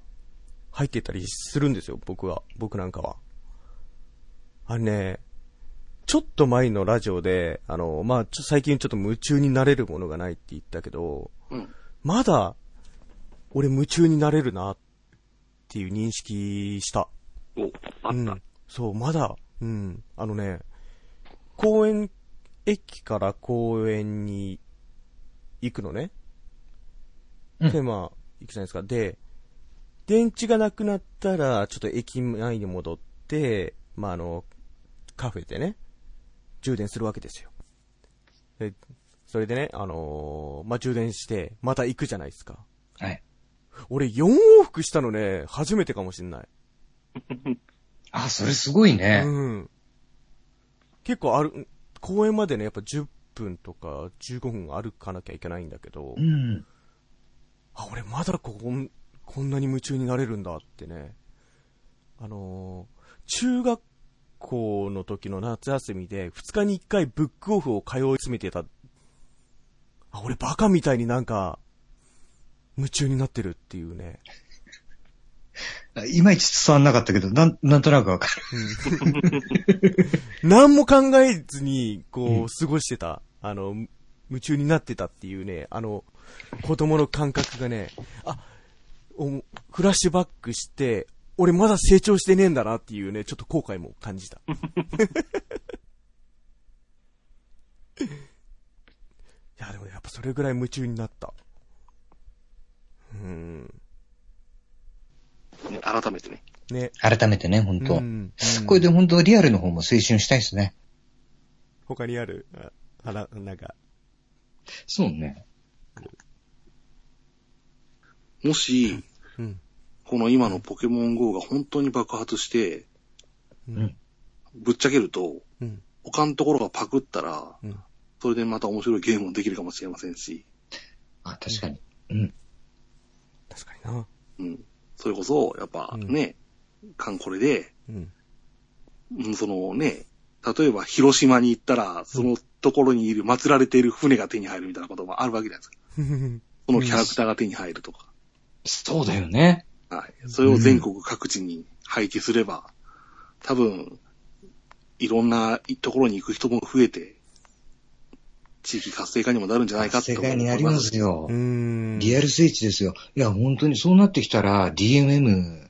[SPEAKER 2] 入ってったりするんですよ、僕は。僕なんかは。あれね、ちょっと前のラジオで、あの、まあ、ちょ最近ちょっと夢中になれるものがないって言ったけど、
[SPEAKER 1] うん。
[SPEAKER 2] まだ、俺夢中になれるな、っていう認識した。
[SPEAKER 1] お、あ
[SPEAKER 2] う
[SPEAKER 1] っ
[SPEAKER 2] ん。そう、まだ、うん。あのね、公園、駅から公園に行くのね。
[SPEAKER 3] うん
[SPEAKER 2] で、まあ、行くじゃないですか。で、電池がなくなったら、ちょっと駅前に戻って、まあ、あの、カフェでね、充電するわけですよ。で、それでね、あのーまあ、充電して、また行くじゃないですか。
[SPEAKER 3] はい。
[SPEAKER 2] 俺、4往復したのね、初めてかもしんない。
[SPEAKER 3] あ、それすごいね。
[SPEAKER 2] うん。結構ある、公園までね、やっぱ10分とか15分歩かなきゃいけないんだけど、
[SPEAKER 3] うん。
[SPEAKER 2] あ、俺まだここ、こんなに夢中になれるんだってね。あのー中学校の時の夏休みで2日に1回ブックオフを通い詰めてた。あ、俺バカみたいになんか、夢中になってるっていうね。
[SPEAKER 3] いまいち伝わんなかったけど、なん、なんとなくわかる。
[SPEAKER 2] うん何も考えずに、
[SPEAKER 3] う
[SPEAKER 2] こ
[SPEAKER 3] ん
[SPEAKER 2] う、過ごしてた、あの、む夢中になってたっていうね、あの、子供の感覚がね、あ、おフラッシュバックして、俺まだ成長してねえんだなっていうね、ちょっと後悔も感 じた。いや、でもやっぱそれぐらい夢中になった。うん。
[SPEAKER 1] ね改めてね。
[SPEAKER 2] ね。
[SPEAKER 3] 改めてね、本
[SPEAKER 2] う
[SPEAKER 3] 当
[SPEAKER 2] ん
[SPEAKER 3] これで本当リアルの方も青春したいですね。
[SPEAKER 2] 他にある、あはな、なんか、
[SPEAKER 3] そうね。
[SPEAKER 1] もし、
[SPEAKER 2] うん。
[SPEAKER 1] この今のポケモン GO が本当に爆発して、
[SPEAKER 2] う
[SPEAKER 3] うん。
[SPEAKER 1] ぶっちゃけると、
[SPEAKER 2] うん。
[SPEAKER 1] 他のところがパクったら、
[SPEAKER 2] うん。
[SPEAKER 1] それでまた面白いゲームもできるかもしれませんし、
[SPEAKER 3] あ、確かに。うん。
[SPEAKER 2] 確かにな。
[SPEAKER 1] うん。それこそ、やっぱ
[SPEAKER 2] うん
[SPEAKER 1] ね、かんこれで、
[SPEAKER 2] うん。
[SPEAKER 1] うんそのね、例えば広島に行ったら、そのところにいる、祀られている船が手に入るみたいなこともあるわけじゃないですか。そのキャラクターが手に入るとか。
[SPEAKER 3] そうだよね。
[SPEAKER 1] はい。それを全国各地に廃棄すれば、多分、いろんなところに行く人も増えて、地域活性化にもなるんじゃないかって
[SPEAKER 3] 世界になりますよ
[SPEAKER 2] う。ん。
[SPEAKER 3] リアル聖地ですよ。いや、本当にそうなってきたら、DMM、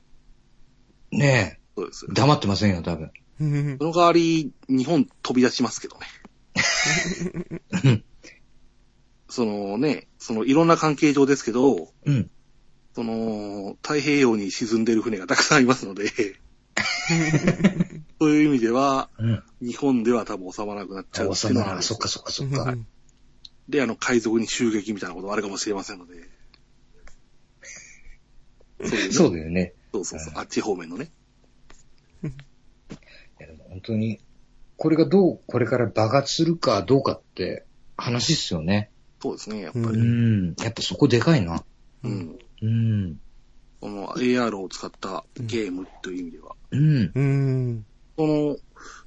[SPEAKER 3] ね
[SPEAKER 1] そうです
[SPEAKER 3] え、。黙ってませんよ、多分。
[SPEAKER 2] うん
[SPEAKER 1] その代わり、日本飛び出しますけ どね。そのね、そのいろんな関係上ですけど、
[SPEAKER 3] うん。
[SPEAKER 1] その、太平洋に沈んでる船がたくさんいますの で、そういう意味では、
[SPEAKER 3] うん。
[SPEAKER 1] 日本では多分収まらなくなっちゃう
[SPEAKER 3] 王
[SPEAKER 1] っていうの
[SPEAKER 3] 様
[SPEAKER 1] はあるんで
[SPEAKER 3] な、
[SPEAKER 1] す
[SPEAKER 3] そっかそっかそっか。
[SPEAKER 1] で、あの、海賊に襲撃みたいなことあるかもしれませんので。 そういうね
[SPEAKER 3] そうだよね。
[SPEAKER 1] そうそうそう。あっち方面のね。
[SPEAKER 3] いやでも本当に、これがどう、これから爆発するかどうかって話っすよね。
[SPEAKER 1] そうですね、やっぱ
[SPEAKER 2] う
[SPEAKER 1] り。
[SPEAKER 3] ん。やっぱそこでかいな。
[SPEAKER 1] う。
[SPEAKER 2] うんん
[SPEAKER 3] うん。
[SPEAKER 1] この AR を使ったゲームという意味では。
[SPEAKER 3] うん。
[SPEAKER 2] うん。
[SPEAKER 1] その、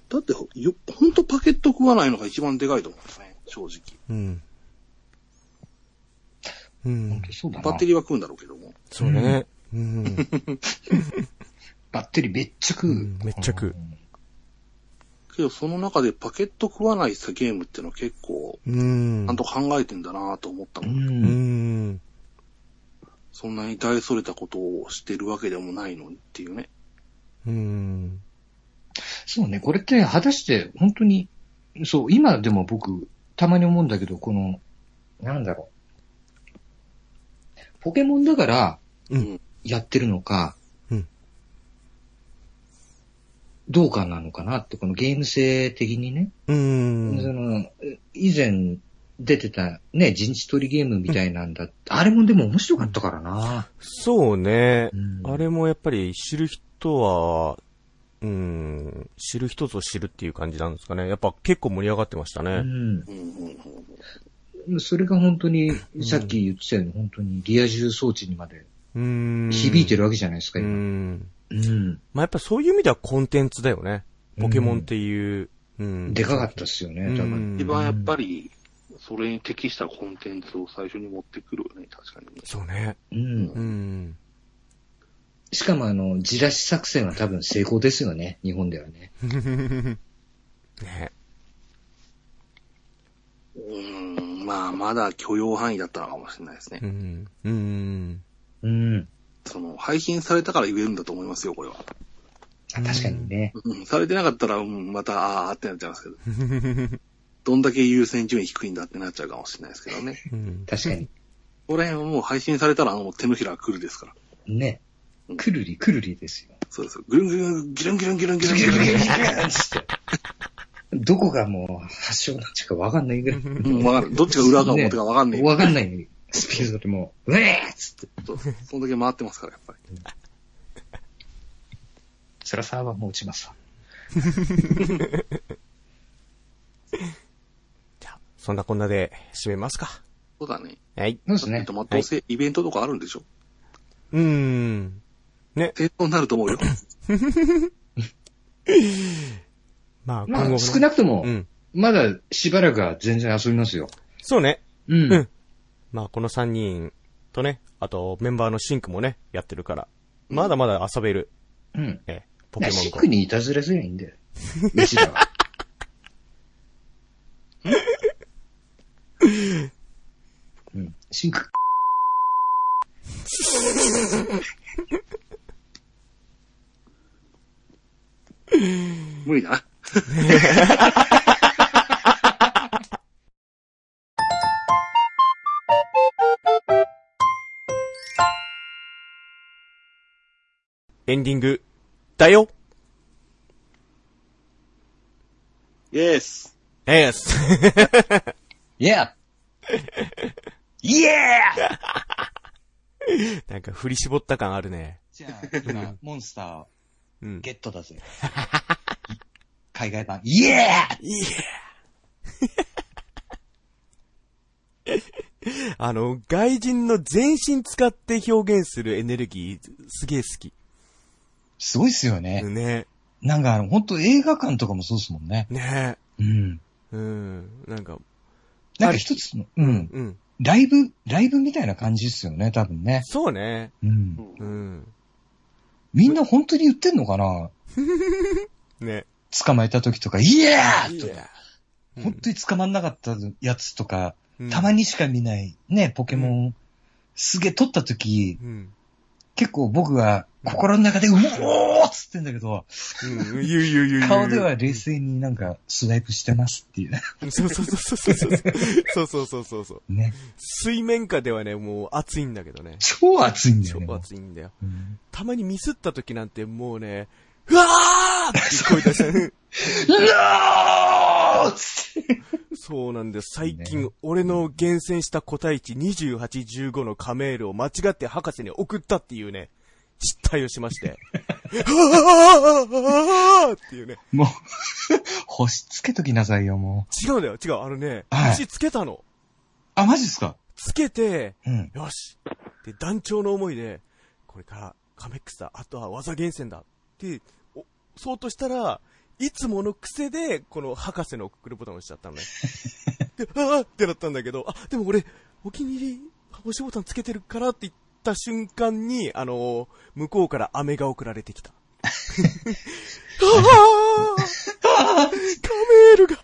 [SPEAKER 1] だってほ、よ、ほんとパケット食わないのが一番でかいと思うんですね、正直。
[SPEAKER 2] うん。うん
[SPEAKER 3] 本。当そうだな。
[SPEAKER 1] バッテリーは食うんだろうけども。
[SPEAKER 2] そうね。うん。
[SPEAKER 3] バッテリーめっちゃ食う。
[SPEAKER 2] うんめっちゃ食う
[SPEAKER 1] けど、その中でパケット食わないさゲームっていうのは結構、
[SPEAKER 2] うん。
[SPEAKER 1] ちゃんと考えてんだなぁと思った
[SPEAKER 3] う。
[SPEAKER 1] もん。
[SPEAKER 2] うんん。
[SPEAKER 1] そんなに大それたことをしてるわけでもないのにっていうね。
[SPEAKER 2] うん。
[SPEAKER 3] そうね、これって果たして本当に、そう、今でも僕、たまに思うんだけど、この、なんだろう。ポケモンだから
[SPEAKER 2] うん、
[SPEAKER 3] やってるのか、
[SPEAKER 2] うん
[SPEAKER 3] どうかなのかなって、このゲーム性的にね、
[SPEAKER 2] うん。
[SPEAKER 3] その、以前出てたね、陣地取りゲームみたいなんだ、あれもでも面白かったからな。
[SPEAKER 2] そうね。
[SPEAKER 3] うん
[SPEAKER 2] あれもやっぱり知る人は、うん、知る人ぞ知るっていう感じなんですかね。やっぱ結構盛り上がってました
[SPEAKER 3] う
[SPEAKER 2] ね。
[SPEAKER 1] うん
[SPEAKER 3] ん
[SPEAKER 1] うんうん。
[SPEAKER 3] それが本当に、さっき言ってたように、本当にリア充装置にまで
[SPEAKER 2] うん。
[SPEAKER 3] 響いてるわけじゃないですか、
[SPEAKER 2] う
[SPEAKER 3] 今。
[SPEAKER 2] ん。
[SPEAKER 3] うん。
[SPEAKER 2] まあ、やっぱそういう意味ではコンテンツだよね。ポケモンっていう。うん。
[SPEAKER 3] でかかったっすよね、多分。
[SPEAKER 1] 一番やっぱり、それに適したコンテンツを最初に持ってくるよね、確かにね。
[SPEAKER 2] そうね。
[SPEAKER 3] うん。
[SPEAKER 2] うん。
[SPEAKER 3] しかもあの、じらし作戦は多分成功ですよね、日本ではね。
[SPEAKER 2] ね。
[SPEAKER 1] うーん、まあ、まだ許容範囲だったのかもしれないですね。
[SPEAKER 2] うん。うん。
[SPEAKER 3] うん。
[SPEAKER 1] その、配信されたから言えるんだと思いますよ、これは。
[SPEAKER 3] あ確かにね。
[SPEAKER 1] うん、されてなかったら、うん、また、あーってなっちゃいますけど。どんだけ優先順位低いんだってなっちゃうかもしれないですけどね。
[SPEAKER 2] うん。
[SPEAKER 3] 確かに。
[SPEAKER 1] ここら辺はもう配信されたら、あの、手のひらくるですから。
[SPEAKER 3] ね。くるりくるりです よ。
[SPEAKER 1] そうですよ。ぐるんぐるん、ギルンギルンギルンギルンギルンギルン。
[SPEAKER 3] どこがもう発祥なんちかわかんないぐらい。
[SPEAKER 1] うん、わかんない。どっちが裏か表かわかんない。
[SPEAKER 3] わかんないスピードでもう、う えーっつって。
[SPEAKER 1] そうそんだけ回ってますから、やっぱり。
[SPEAKER 3] そらサーバーも落ちますわ。
[SPEAKER 2] じゃあ、そんなこんなで締めますか。
[SPEAKER 1] そうだね。
[SPEAKER 2] はい。
[SPEAKER 3] そうですね
[SPEAKER 1] だって。まあどうせイベントとかあるんでしょ
[SPEAKER 2] うん。
[SPEAKER 1] 抵当になると思うよ。
[SPEAKER 2] まあ、今
[SPEAKER 3] ま
[SPEAKER 2] 後も
[SPEAKER 3] あ、
[SPEAKER 2] ね
[SPEAKER 3] 少なくとも
[SPEAKER 2] う、ん。
[SPEAKER 3] まだしばらくは全然遊びますよ。
[SPEAKER 2] そうね。
[SPEAKER 3] う
[SPEAKER 2] うん。まあ、この3人とね、あとメンバーのシンクもね、やってるから、まだまだ遊べる。
[SPEAKER 3] うん。
[SPEAKER 2] ええ、ポ
[SPEAKER 3] な
[SPEAKER 2] ケ
[SPEAKER 3] ん
[SPEAKER 2] モ
[SPEAKER 3] か
[SPEAKER 2] ン
[SPEAKER 3] シ
[SPEAKER 2] GO
[SPEAKER 3] ク。にいたずらすりゃいいんだよ。飯だわ。うん。シンク。
[SPEAKER 1] 無理だな。
[SPEAKER 2] エンディング、だよ
[SPEAKER 4] イエス。
[SPEAKER 2] エース
[SPEAKER 3] イェーイエー
[SPEAKER 2] なんか振り絞った感あるね。
[SPEAKER 3] じゃあ、今、モンスターを
[SPEAKER 2] うん。
[SPEAKER 3] ゲットだぜ。海外版、イエー
[SPEAKER 2] いや あの、外人の全身使って表現するエネルギー、すげえ好き。
[SPEAKER 3] すごいっすよね。
[SPEAKER 2] ね。
[SPEAKER 3] なんかあの、ほんと映画館とかもそうっすもんね。
[SPEAKER 2] ね
[SPEAKER 3] うん。
[SPEAKER 2] うん。なんか、
[SPEAKER 3] なんか一つの、うん。
[SPEAKER 2] うん。
[SPEAKER 3] ライブ、ライブみたいな感じっすよね、多分ね。
[SPEAKER 2] そうね。
[SPEAKER 3] うん
[SPEAKER 1] う。。
[SPEAKER 2] うんん。
[SPEAKER 3] みんな本当に言ってんのかな
[SPEAKER 2] ね。
[SPEAKER 3] 捕まえた時とか、イエー
[SPEAKER 2] い
[SPEAKER 3] とか。
[SPEAKER 2] や
[SPEAKER 3] 本当に捕まんなかったやつとか、
[SPEAKER 2] うん
[SPEAKER 3] たまにしか見ない、ね、ポケモン、すげえ撮った時、
[SPEAKER 2] うん。
[SPEAKER 3] 結構僕は心の中で、うおーっつってんだけど、
[SPEAKER 2] うん。ゆうゆうゆうゆう。
[SPEAKER 3] 顔では冷静になんかスワイプしてますっていう。
[SPEAKER 2] そうそうそうそうそうそう。そうそうそうそう。
[SPEAKER 3] ね。
[SPEAKER 2] 水面下ではね、もう熱いんだけどね。
[SPEAKER 3] 超熱いんだよ
[SPEAKER 2] 超
[SPEAKER 3] ね。
[SPEAKER 2] 熱いんだよ。
[SPEAKER 3] うん
[SPEAKER 2] たまにミスった時なんてもうね、うわーって聞こえたしね。
[SPEAKER 3] うわーっつって。
[SPEAKER 2] そうなんです。最近、
[SPEAKER 3] ね
[SPEAKER 2] 俺の厳選した答え値2815のカメールを間違って博士に送ったっていうね、失態をしまして。はぁはぁっていうね。
[SPEAKER 3] もう、星つけときなさいよ、もう。
[SPEAKER 2] 違うんだよ、違う。あのね、
[SPEAKER 3] はい
[SPEAKER 2] 星つけたの。
[SPEAKER 3] あ、マジっすか
[SPEAKER 2] つけて、
[SPEAKER 3] うん。
[SPEAKER 2] よしで、団長の思いで、これから、カメックスだ、あとは技厳選だって、おそうとしたら、いつもの癖で、この博士のクックルボタンを押しちゃ ったのね。で、あーってなったんだけど、あ、でも俺、お気に入り、押しボタンつけてるからって言った瞬間に、あのー向こうから飴が送られて きた。あーカメールが、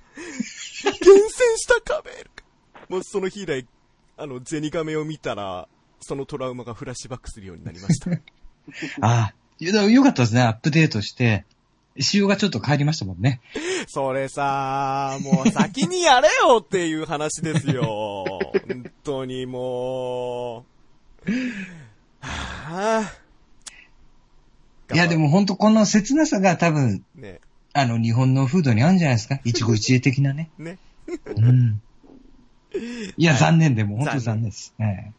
[SPEAKER 2] 厳選したカメールが。もうその日以来、あの、ゼニガメを見たら、そのトラウマがフラッシュバックするようになりま した。
[SPEAKER 3] あーいやよかったですね、アップデートして。仕様がちょっと変わりましたもんね。
[SPEAKER 2] それさ、もう先にやれよっていう話ですよ。本当にもう。はぁ、
[SPEAKER 3] いや、で。も本当この切なさが多分、
[SPEAKER 2] ね、
[SPEAKER 3] あの、日本の風土に合うんじゃないです か一期一会的なね。
[SPEAKER 2] ね。
[SPEAKER 3] うん。いや、残念で、もう本当残念です。え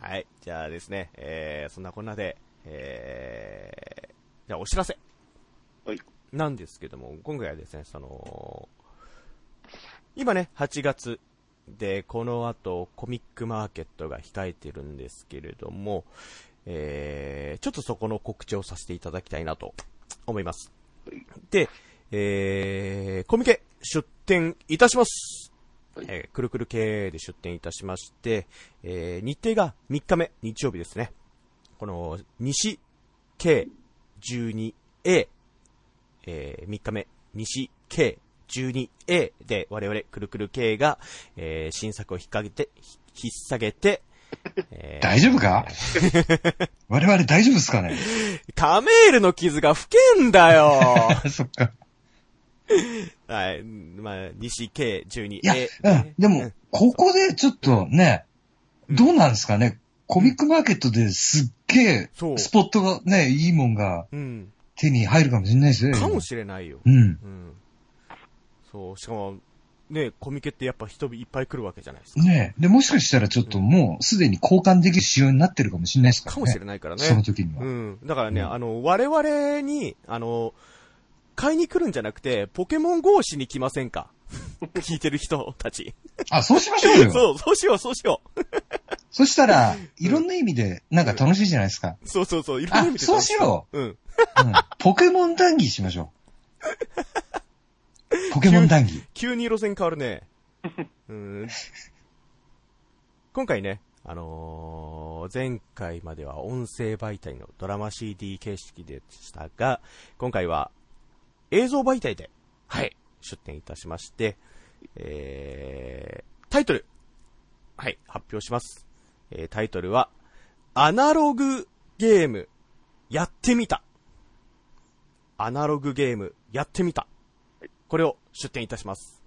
[SPEAKER 2] はい。じゃあですね、えー、そんなこんなで、えー、じゃあお知らせ。
[SPEAKER 4] はい。
[SPEAKER 2] なんですけども、今回はですね、その、今ね、8月で、この後、コミックマーケットが控えてるんですけれども、えー、ちょっとそこの告知をさせていただきたいなと思います。で、えー、コミケ出展いたします。
[SPEAKER 1] はい
[SPEAKER 2] えー、くるくる系で出展いたしまして、えー、日程が3日目、日曜日ですね。この、西 K12A、えー、3日目、西 K12A で我々、くるくる系が、えー、新作を引っ掛けて、ひ引っ下げて、え
[SPEAKER 3] え
[SPEAKER 2] ー
[SPEAKER 3] 大丈夫 か我々大丈夫ですかね
[SPEAKER 2] カメールの傷が吹けんだ よ
[SPEAKER 3] あそっか。
[SPEAKER 2] はい。まあ、西
[SPEAKER 3] いや
[SPEAKER 2] K12A。、
[SPEAKER 3] うん。でも、ここでちょっとね、どうなんですかねコミックマーケットですっげえ
[SPEAKER 2] そ、う
[SPEAKER 3] スポットがね、いいもんが
[SPEAKER 2] うん。
[SPEAKER 3] 手に入るかもしれないですよ。
[SPEAKER 2] かもしれないよ。
[SPEAKER 3] うん。
[SPEAKER 2] うん。そう、しかも、ね、コミケってやっぱ人々いっぱい来るわけじゃないですか。
[SPEAKER 3] ねえ。で、もしかしたらちょっともうすでに交換できる仕様になってるかもしれないですからね。
[SPEAKER 2] かもしれないからね。
[SPEAKER 3] その時には。
[SPEAKER 2] うん。だからね、
[SPEAKER 3] うん
[SPEAKER 2] あの、我々に、あの、買いに来るんじゃなくて、ポケモン GO しに来ません か聞いてる人たち。
[SPEAKER 3] あ、そうしましょうよ。
[SPEAKER 2] そう、そうしよう、そうしよ
[SPEAKER 3] そしたら、いろんな意味で、なんか楽しいじゃないですか。
[SPEAKER 2] う。そうそうそう、いろんな
[SPEAKER 3] あ
[SPEAKER 2] 意味、で
[SPEAKER 3] そうしよ
[SPEAKER 2] う。うん。
[SPEAKER 3] う。うん、ポケモン談義しましょ う。ポケモン談義。
[SPEAKER 2] 急に路線変わるね。うん。今回ね、あのー前回までは音声媒体のドラマ CD 形式でしたが、今回は映像媒体で、はい、出展いたしまして、えー、タイトル、はい、発表します。えー、タイトルは、アナログゲーム、やってみた。アナログゲーム、やってみた。これを出展いたします。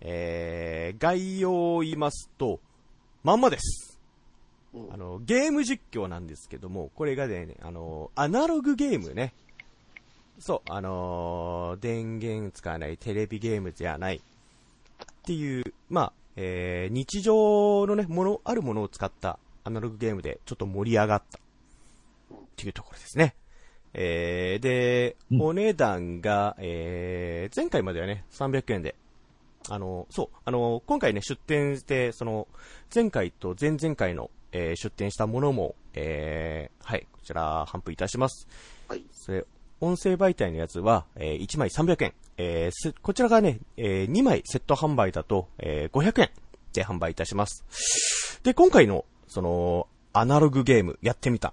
[SPEAKER 2] えー、概要を言いますと、まんまです。
[SPEAKER 4] うん
[SPEAKER 2] あの、ゲーム実況なんですけども、これがね、あの、アナログゲームね。そう、あのー電源使わないテレビゲームじゃない。っていう、まあ、えー日常のね、もの、あるものを使ったアナログゲームでちょっと盛り上がった。っていうところですね。えーで、
[SPEAKER 3] うん
[SPEAKER 2] お値段が、えー前回まではね、300円で。あの、そう、あの、今回ね、出店して、その、前回と前々回の、えー出店したものも、えーはい、こちら、販布いたします。
[SPEAKER 4] はい。
[SPEAKER 2] それ、音声媒体のやつは、えー1枚300円。えーすこちらがね、え2枚セット販売だと、えー500円で販売いたします。で、今回の、その、アナログゲーム、やってみた。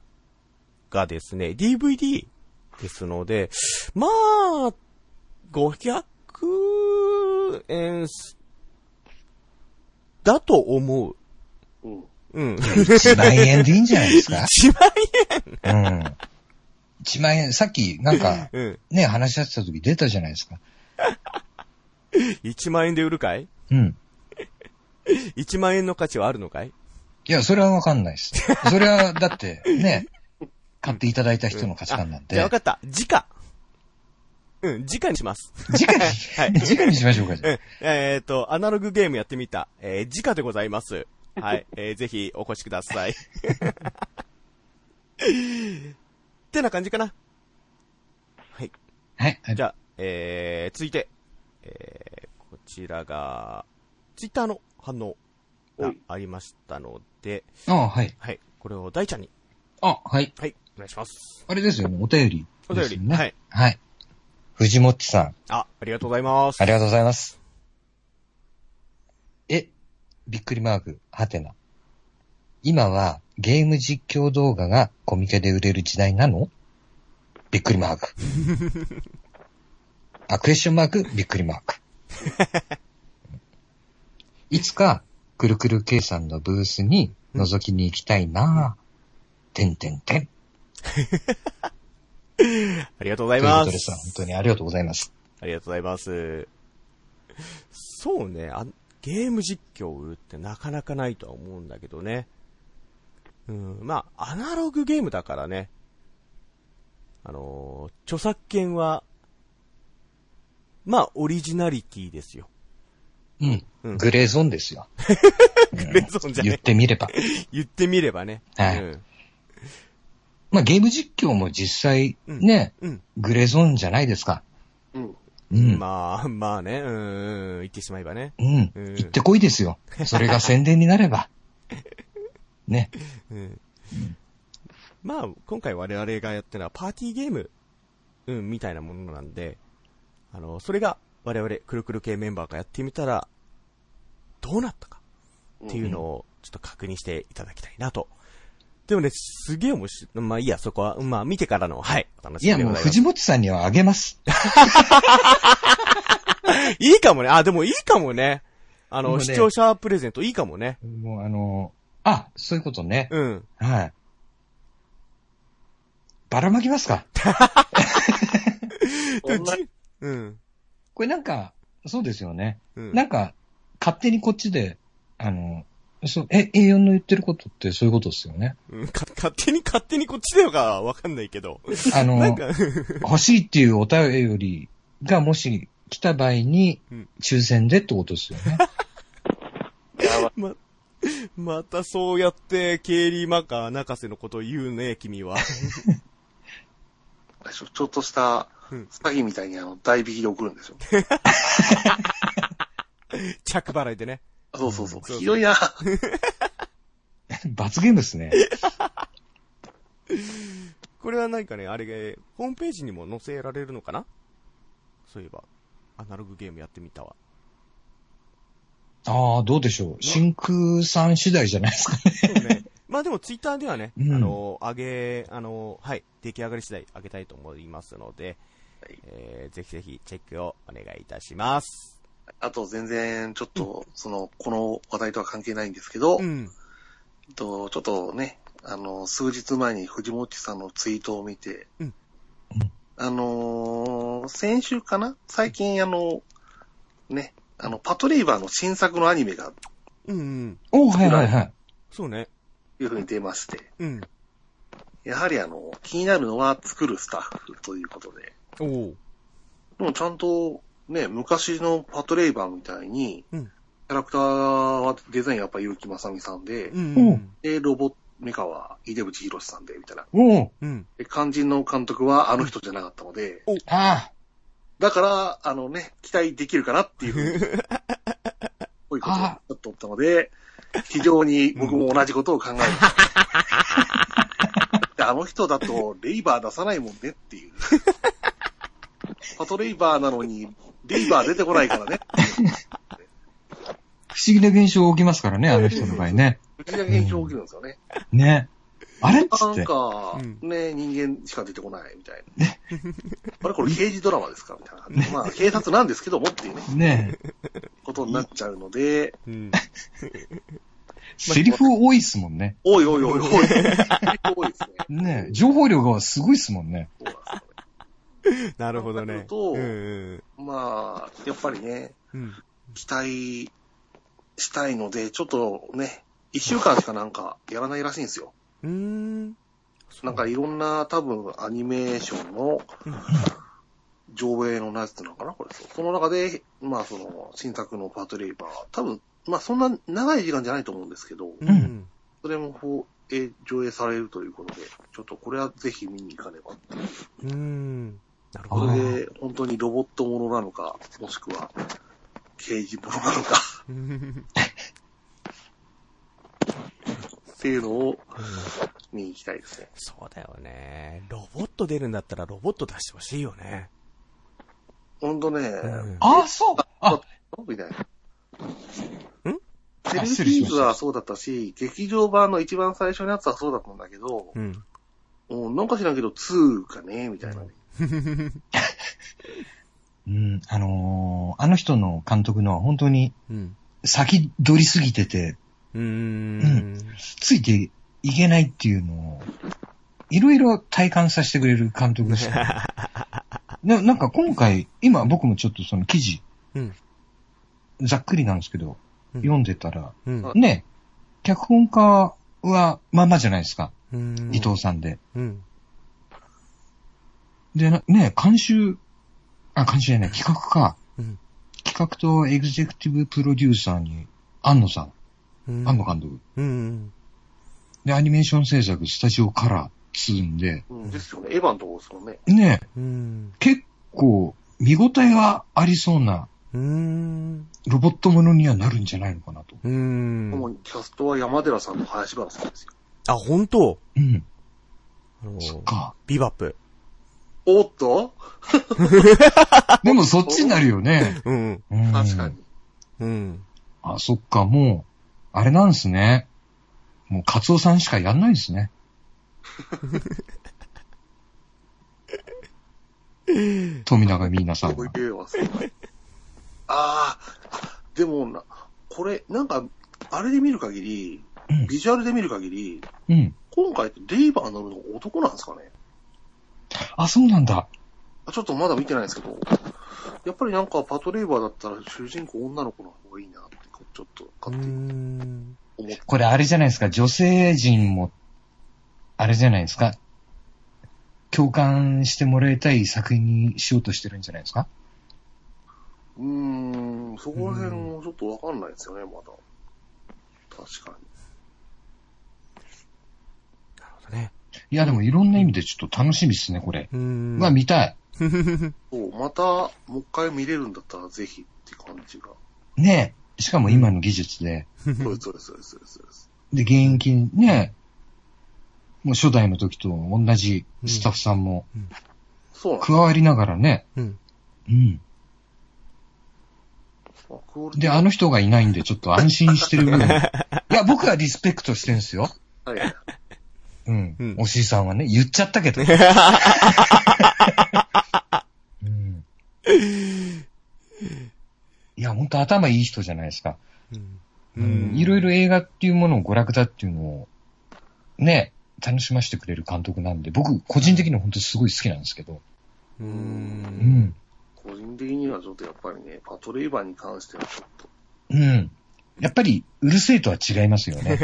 [SPEAKER 2] がですね、DVD ですので、まあ、500円す、だと思う。
[SPEAKER 4] うん。
[SPEAKER 2] うん。
[SPEAKER 3] 1万円でいいんじゃないですか
[SPEAKER 2] 一番
[SPEAKER 3] うん。1万円、さっきなんか
[SPEAKER 2] いい、うん。
[SPEAKER 3] ね、話し合ってた時出たじゃないですか。
[SPEAKER 2] 1万円で売るかい
[SPEAKER 3] うん。
[SPEAKER 2] ?1 万円の価値はあるのかい
[SPEAKER 3] いや、それはわかんないです。それは、だって、ね、買っていただいた人の価値観なん
[SPEAKER 2] じゃあ分
[SPEAKER 3] で
[SPEAKER 2] か。った。時価。うん、時価にします。
[SPEAKER 3] 次回に、
[SPEAKER 2] はい。
[SPEAKER 3] 次回にしましょうか、じ
[SPEAKER 2] う
[SPEAKER 3] ゃあ
[SPEAKER 2] ん。えっ、と、アナログゲームやってみた。えー、時価でございます。はい。えー、ぜひお越しくだ さい。ってな感じかな。はい。
[SPEAKER 3] はい。
[SPEAKER 2] じゃあ、えー、続いて、えー、こちらが、ツイッターの反応
[SPEAKER 4] は
[SPEAKER 2] が
[SPEAKER 4] い
[SPEAKER 2] ありましたので、
[SPEAKER 3] ああ、はい。
[SPEAKER 2] はい。これを大ちゃんに、
[SPEAKER 3] あ、はい。
[SPEAKER 2] はい、お願いします。
[SPEAKER 3] あれですよね、お便り、
[SPEAKER 2] お便
[SPEAKER 3] です
[SPEAKER 2] り、
[SPEAKER 3] よね
[SPEAKER 2] はい。。
[SPEAKER 3] はい。藤もっちさん、
[SPEAKER 2] あ、ありがとうございます。
[SPEAKER 3] ありがとうございます。え、びっくりマーク、はてな。今はゲーム実況動画がコミケで売れる時代なのびっくりマ ーク。あ、クエスチョンマーク、びっくりマーク。いつか、くるくる K さんのブースに覗きに行きたいなぁ。てんてんてん。
[SPEAKER 2] ありがとうござ
[SPEAKER 3] と
[SPEAKER 2] い
[SPEAKER 3] いうこ
[SPEAKER 2] ます。
[SPEAKER 3] とでさ、本当にありがとうございます。
[SPEAKER 2] ありがとうございます。そうね、あゲーム実況を売るってなかなかないとは思うんだけどね。うん、まあ、アナログゲームだからね。あのー著作権は、まあ、オリジナリティですよ。
[SPEAKER 3] うん。
[SPEAKER 2] うん
[SPEAKER 3] グレーゾーンで すよ。
[SPEAKER 2] グレーゾーンじゃ
[SPEAKER 3] 言
[SPEAKER 2] ね
[SPEAKER 3] っ、てみれば。
[SPEAKER 2] 言ってみればね。
[SPEAKER 3] はい
[SPEAKER 2] うん。
[SPEAKER 3] まあ、ゲーム実況も実際
[SPEAKER 2] うん
[SPEAKER 3] ね、
[SPEAKER 2] うん。
[SPEAKER 3] グレーゾーンじゃないですか。
[SPEAKER 4] うん。
[SPEAKER 3] うん。
[SPEAKER 2] まあ、まあね、うんうん、言ってしまえばね。
[SPEAKER 3] うん。
[SPEAKER 2] うん
[SPEAKER 3] 行ってこいですよ。それが宣伝にな れば。ね。
[SPEAKER 2] うんまあ、今回我々がやってるのはパーティーゲーム、うん、みたいなものなんで、あの、それが我々くるくる系メンバーがやってみたら、どうなったかっていうのをちょっと確認していただきたいなと。でもね、すげえ面白い。まあいいや、そこは、まあ見てからの、はい、お楽し
[SPEAKER 3] い
[SPEAKER 2] みで
[SPEAKER 3] や、
[SPEAKER 2] ござい
[SPEAKER 3] もう
[SPEAKER 2] ます。
[SPEAKER 3] 藤本さんにはあげます。
[SPEAKER 2] いいかもね。あ、でもいいかもね。あ
[SPEAKER 3] も
[SPEAKER 2] の、
[SPEAKER 3] うね
[SPEAKER 2] 視聴者プレゼントいいかもね。
[SPEAKER 3] もうあの、あ、そういうことね。
[SPEAKER 2] うん。
[SPEAKER 3] はい。ばらまきますか。
[SPEAKER 4] そんな
[SPEAKER 2] うん。
[SPEAKER 3] これなんか、そうですよね。
[SPEAKER 2] うん。
[SPEAKER 3] なんか、勝手にこっちで、あの、そう、え、A4 の言ってることってそういうことですよね。
[SPEAKER 2] うんか勝手に勝手にこっちでよかわかんないけど。
[SPEAKER 3] あの、
[SPEAKER 2] なんか、
[SPEAKER 3] 欲しいっていうお便りがもし来た場合に
[SPEAKER 2] うん、
[SPEAKER 3] 抽選でってことですよね。
[SPEAKER 4] やばい。
[SPEAKER 2] ま、またそうやって、ケイリー・マカー泣せのことを言うね、君は。
[SPEAKER 1] ちょちょっとした
[SPEAKER 2] うん
[SPEAKER 1] 詐欺みたいにあの代引きで送るんですよ。
[SPEAKER 2] 着払いでね。
[SPEAKER 1] そうそうそう。
[SPEAKER 2] そう
[SPEAKER 1] ひどいな。
[SPEAKER 3] 罰ゲームですね。
[SPEAKER 2] これはなんかね、あれが、ホームページにも載せられるのかなそういえば、アナログゲームやってみたわ。
[SPEAKER 3] ああ、どうでしょう。真空さん次第じゃないですかね。
[SPEAKER 2] そうね。まあでもツイッターではね、
[SPEAKER 3] うん
[SPEAKER 2] あの、上げ、あの、はい、出来上がり次第上げたいと思いますので、
[SPEAKER 1] はい
[SPEAKER 2] えーぜひぜひチェックをお願いいたします。
[SPEAKER 1] あと、全然、ちょっと、その、この話題とは関係ないんですけど、
[SPEAKER 2] うん。
[SPEAKER 1] とちょっとね、あの、数日前に藤本さんのツイートを見て、
[SPEAKER 2] うん
[SPEAKER 1] あのー先週かな最近、あの、ね、あの、パトリーバーの新作のアニメが、
[SPEAKER 2] うん、うん。
[SPEAKER 3] おはいはいはい。
[SPEAKER 2] そうね。
[SPEAKER 1] いうふうに出まして、
[SPEAKER 2] うん。
[SPEAKER 1] やはりあの、気になるのは作るスタッフということで、
[SPEAKER 2] おお。
[SPEAKER 1] でもちゃんと、ね、昔のパトレイバーみたいに、
[SPEAKER 2] うん
[SPEAKER 1] キャラクターはデザインやっぱ結城正美さんで、
[SPEAKER 2] うん。
[SPEAKER 3] お
[SPEAKER 2] う。
[SPEAKER 3] うん
[SPEAKER 1] で、ロボ、メカは出口博さんで、みたいな。
[SPEAKER 3] おお
[SPEAKER 2] うん。
[SPEAKER 1] で、肝心の監督はあの人じゃなかったので、
[SPEAKER 3] あ
[SPEAKER 1] だから、あのね、期待できるかなっていうふうに、こういうことだと思ったので、非常に僕も同じことを考えました。であの人だと、レイバー出さないもんねっていう。パトレイバーなのに、レイバー出てこないからね。
[SPEAKER 3] あ、不思議な現象が起きますからね、あの人の場合 ね。
[SPEAKER 1] うちだけ現象起きるんですよね。
[SPEAKER 3] ね。あれっつ
[SPEAKER 1] な
[SPEAKER 3] っ
[SPEAKER 1] ん
[SPEAKER 3] て。
[SPEAKER 1] か、ね、人間しか出てこないみたいな。 あれこれ刑事ドラマですかみたいな感じで。まあ、警察なんですけどもっていうね、
[SPEAKER 3] ね
[SPEAKER 1] ことになっちゃうので、
[SPEAKER 2] うん。
[SPEAKER 3] セリフ多いっすもんね。
[SPEAKER 1] おいおい おいおい。多いですね。
[SPEAKER 3] ね情報量がすごいっすもんね。
[SPEAKER 1] そうなんですよね
[SPEAKER 2] なるほどね。
[SPEAKER 1] そう
[SPEAKER 2] うん
[SPEAKER 1] な
[SPEAKER 2] うん
[SPEAKER 1] まあ、やっぱりね、
[SPEAKER 2] うん。
[SPEAKER 1] 期待したいので、ちょっとね、一週間しかなんかやらないらしいんですよ。
[SPEAKER 2] うーん。
[SPEAKER 1] なんかいろんな多分アニメーションの上映のやつなのかなこれ。その中で、まあその新作のパトレイバー、多分、まあそんな長い時間じゃないと思うんですけど、
[SPEAKER 2] うん。うん。
[SPEAKER 1] それもこう、え上映されるということで、ちょっとこれはぜひ見に行かねば
[SPEAKER 2] うん。なるほ
[SPEAKER 1] こ
[SPEAKER 2] どね。
[SPEAKER 1] れで本当にロボットものなのか、もしくは刑事ものなのか
[SPEAKER 2] うん
[SPEAKER 1] っていうのを見に行きたいですね。
[SPEAKER 2] そうだよね。ロボット出るんだったらロボット出してほしいよね。
[SPEAKER 1] ほんとね、
[SPEAKER 2] うん
[SPEAKER 3] ああ、そうあ、
[SPEAKER 1] みたいな。
[SPEAKER 2] ん
[SPEAKER 1] テレビシリーズはそうだったし、劇場版の一番最初のやつはそうだったんだけど
[SPEAKER 2] う、ん。
[SPEAKER 1] もうなんか知らんけど2かね、みたいなね。
[SPEAKER 3] うん、あのーあの人の監督のは本当に
[SPEAKER 2] うん。
[SPEAKER 3] 先取りすぎてて、
[SPEAKER 2] うーん。
[SPEAKER 3] ついていけないっていうのを、いろいろ体感させてくれる監督 でした。ななんか今回、今僕もちょっとその記事、
[SPEAKER 2] うん
[SPEAKER 3] ざっくりなんですけど、
[SPEAKER 2] うん
[SPEAKER 3] 読んでたら、
[SPEAKER 2] うん。
[SPEAKER 3] ね、脚本家はまあまあじゃないですか、
[SPEAKER 2] うん
[SPEAKER 3] 伊藤さんで。
[SPEAKER 2] うん。
[SPEAKER 3] で、なね、監修、あ、監修じゃない、企画か。
[SPEAKER 2] うん
[SPEAKER 3] 企画とエグゼクティブプロデューサーに、安野さん、
[SPEAKER 2] うん。
[SPEAKER 3] 安野監督。
[SPEAKER 2] うん。
[SPEAKER 3] で、アニメーション制作、スタジオカラー、積んで、
[SPEAKER 1] うん、ですよね。エヴァのとこですもんね。
[SPEAKER 3] ね、
[SPEAKER 2] うん。
[SPEAKER 3] 結構、見応えがありそうな、
[SPEAKER 2] うん。
[SPEAKER 3] ロボットものにはなるんじゃないのかなと。
[SPEAKER 2] うん。
[SPEAKER 1] 主にキャストは山寺さんと林原さんですよ。
[SPEAKER 2] あ、本当
[SPEAKER 3] うん。
[SPEAKER 2] あの
[SPEAKER 3] そっか。
[SPEAKER 2] ビバップ。
[SPEAKER 1] おっと
[SPEAKER 3] でもそっちになるよね。
[SPEAKER 2] うん。
[SPEAKER 3] うん
[SPEAKER 1] 確かに。。
[SPEAKER 2] うん。
[SPEAKER 3] あ、そっか、もう、あれなんですね。もう、カツオさんしかやんないんですね。富永美奈さん
[SPEAKER 1] こ
[SPEAKER 3] は。
[SPEAKER 1] ういうはそうああ、でもな、これ、なんか、あれで見る限り
[SPEAKER 3] うん、
[SPEAKER 1] ビジュアルで見る限り、
[SPEAKER 3] うん。
[SPEAKER 1] 今回ってレイバー乗るの男なんですかね
[SPEAKER 3] あ、そうなんだ。
[SPEAKER 1] あちょっとまだ見てないですけど、やっぱりなんかパトレイバーだったら主人公女の子の方がいいなって、ちょっと
[SPEAKER 2] う
[SPEAKER 1] 勝手に
[SPEAKER 2] ん。
[SPEAKER 1] 思って。
[SPEAKER 3] これあれじゃないですか、女性陣も、あれじゃないですか。共感してもらいたい作品にしようとしてるんじゃないですか
[SPEAKER 1] うーん、そこら辺もちょっとわかんないですよね、まだ。確か
[SPEAKER 2] なるほどね。
[SPEAKER 3] いや、でもいろんな意味でちょっと楽しみですね、これ。
[SPEAKER 2] うん。
[SPEAKER 3] うわ、見たい。
[SPEAKER 1] に。そう、また、もう一回見れるんだったらぜひって感じが。
[SPEAKER 3] ねえ。しかも今の技術で。
[SPEAKER 1] そうです、そうです、そうです、そうですそうです。
[SPEAKER 3] で、現役ね、もう初代の時と同じスタッフさんも
[SPEAKER 1] そうなんです
[SPEAKER 3] 加わりながらね。
[SPEAKER 2] うん。
[SPEAKER 3] うん。
[SPEAKER 1] あクオリティ
[SPEAKER 3] で、あの人がいないんでちょっと安心してる部分。いや、僕はリスペクトしてるんですよ。
[SPEAKER 1] はいはい。
[SPEAKER 3] うん。
[SPEAKER 2] うん
[SPEAKER 3] おしりさんはね、言っちゃった けど。うん、いや、本当頭いい人じゃないですか。
[SPEAKER 2] うん。
[SPEAKER 3] いろいろ映画っていうものを娯楽だっていうのを、ね、楽しませてくれる監督なんで、僕、個人的には本当すごい好きなんですけど。
[SPEAKER 2] う。
[SPEAKER 3] うんん。
[SPEAKER 1] 個人的にはちょっとやっぱりね、パトレイバーに関してはちょっ と。
[SPEAKER 3] うん。やっぱり、うるせえとは違いますよ ね。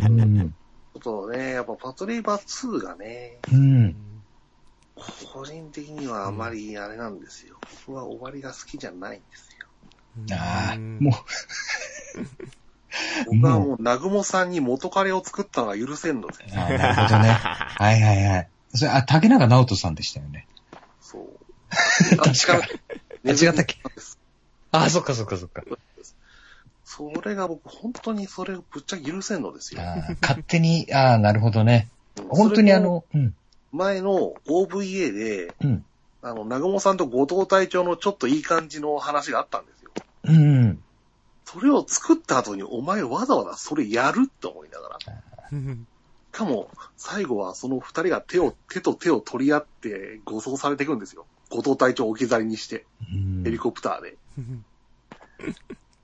[SPEAKER 3] う
[SPEAKER 1] うんうんち
[SPEAKER 3] ん。
[SPEAKER 1] ょっとね、やっぱパトレイバー2がね、
[SPEAKER 3] うん。
[SPEAKER 1] 個人的にはあまりあれなんですよ。僕は終わりが好きじゃないんですよ。
[SPEAKER 3] ああ、もうん
[SPEAKER 1] 僕はもう、南雲さんに元彼を作ったのが許せんので。
[SPEAKER 3] う、あーなるほど ね。はいはいはい。それ、あ、竹中直人さんでしたよね。
[SPEAKER 1] そう。
[SPEAKER 3] かにあ違ったっけ
[SPEAKER 1] す
[SPEAKER 3] ああ、そっかそっかそっか。
[SPEAKER 1] それが僕、本当にそれをぶっちゃけ許せんのですよ。
[SPEAKER 3] あー勝手に、ああ、なるほどね。
[SPEAKER 1] うん
[SPEAKER 3] 本当にあ、の、う
[SPEAKER 1] そ
[SPEAKER 3] ん。
[SPEAKER 1] れも前の OVA で、
[SPEAKER 3] うん
[SPEAKER 1] あの、南雲さんと後藤隊長のちょっといい感じの話があったんですよ。
[SPEAKER 3] うん。
[SPEAKER 1] それを作った後にお前わざわざそれやるって思いながら。
[SPEAKER 2] うん。
[SPEAKER 1] しかも、最後はその二人が手を、手と手を取り合って護送されていくんですよ。後藤隊長を置き去りにして、
[SPEAKER 3] うん
[SPEAKER 1] ヘリコプターで。